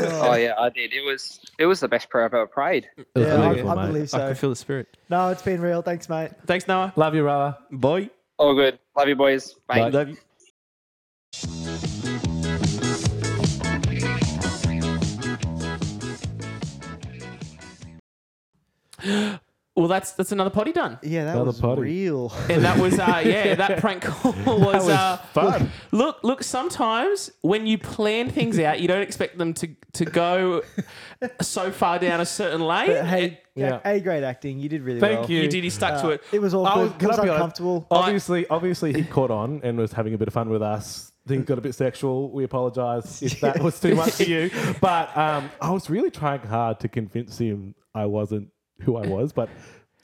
Oh yeah, I did. It was it was the best prayer I've ever prayed. It was Yeah, beautiful, I, I mate. believe I so. could feel the spirit. No, it's been real. Thanks, mate. Thanks, Noah. Love you, brother. Boy, All good. Love you, boys. Bye. love you. Well, that's that's another potty done. Yeah, that Another was potty. real. And that was uh yeah, that prank call was, was uh fun. Look, look, sometimes when you plan things out, you don't expect them to to go so far down a certain lane. hey, Yeah. A great acting. You did really well. Thank you. you did he stuck to it. It was I awkward. was- it can was I be honest? uncomfortable. Obviously, obviously, he caught on and was having a bit of fun with us. Things got a bit sexual. We apologise if that was too much for you. But um, I was really trying hard to convince him I wasn't who I was, but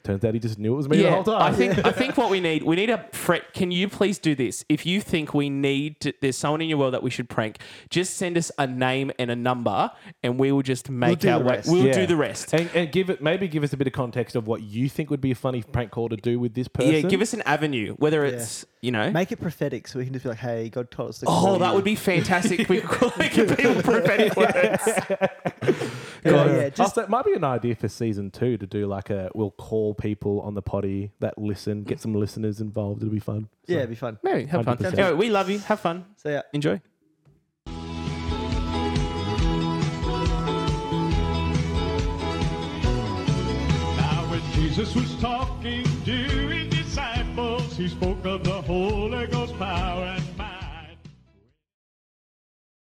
turns out he just knew it was me the whole time. I think I think what we need we need a fret. Can you please do this? If you think we need to, there's someone in your world that we should prank, just send us a name and a number, and we will just make do our the way. rest. We'll Yeah. do the rest. And, and give it maybe give us a bit of context of what you think would be a funny prank call to do with this person. Yeah, give us an avenue, whether it's you know. Make it prophetic so we can just be like, hey, God told us to Oh, call that you. would be fantastic. we could we could be with prophetic words. Yeah, yeah, Oh, just that might be an idea for season two to do like a we'll call people on the potty that listen, get some listeners involved. It'll be fun. So- yeah, it'd be fun. Maybe have fun. 100%. Anyway, we love you. Have fun. So yeah, Enjoy. Now when Jesus was talking to his disciples, he spoke of the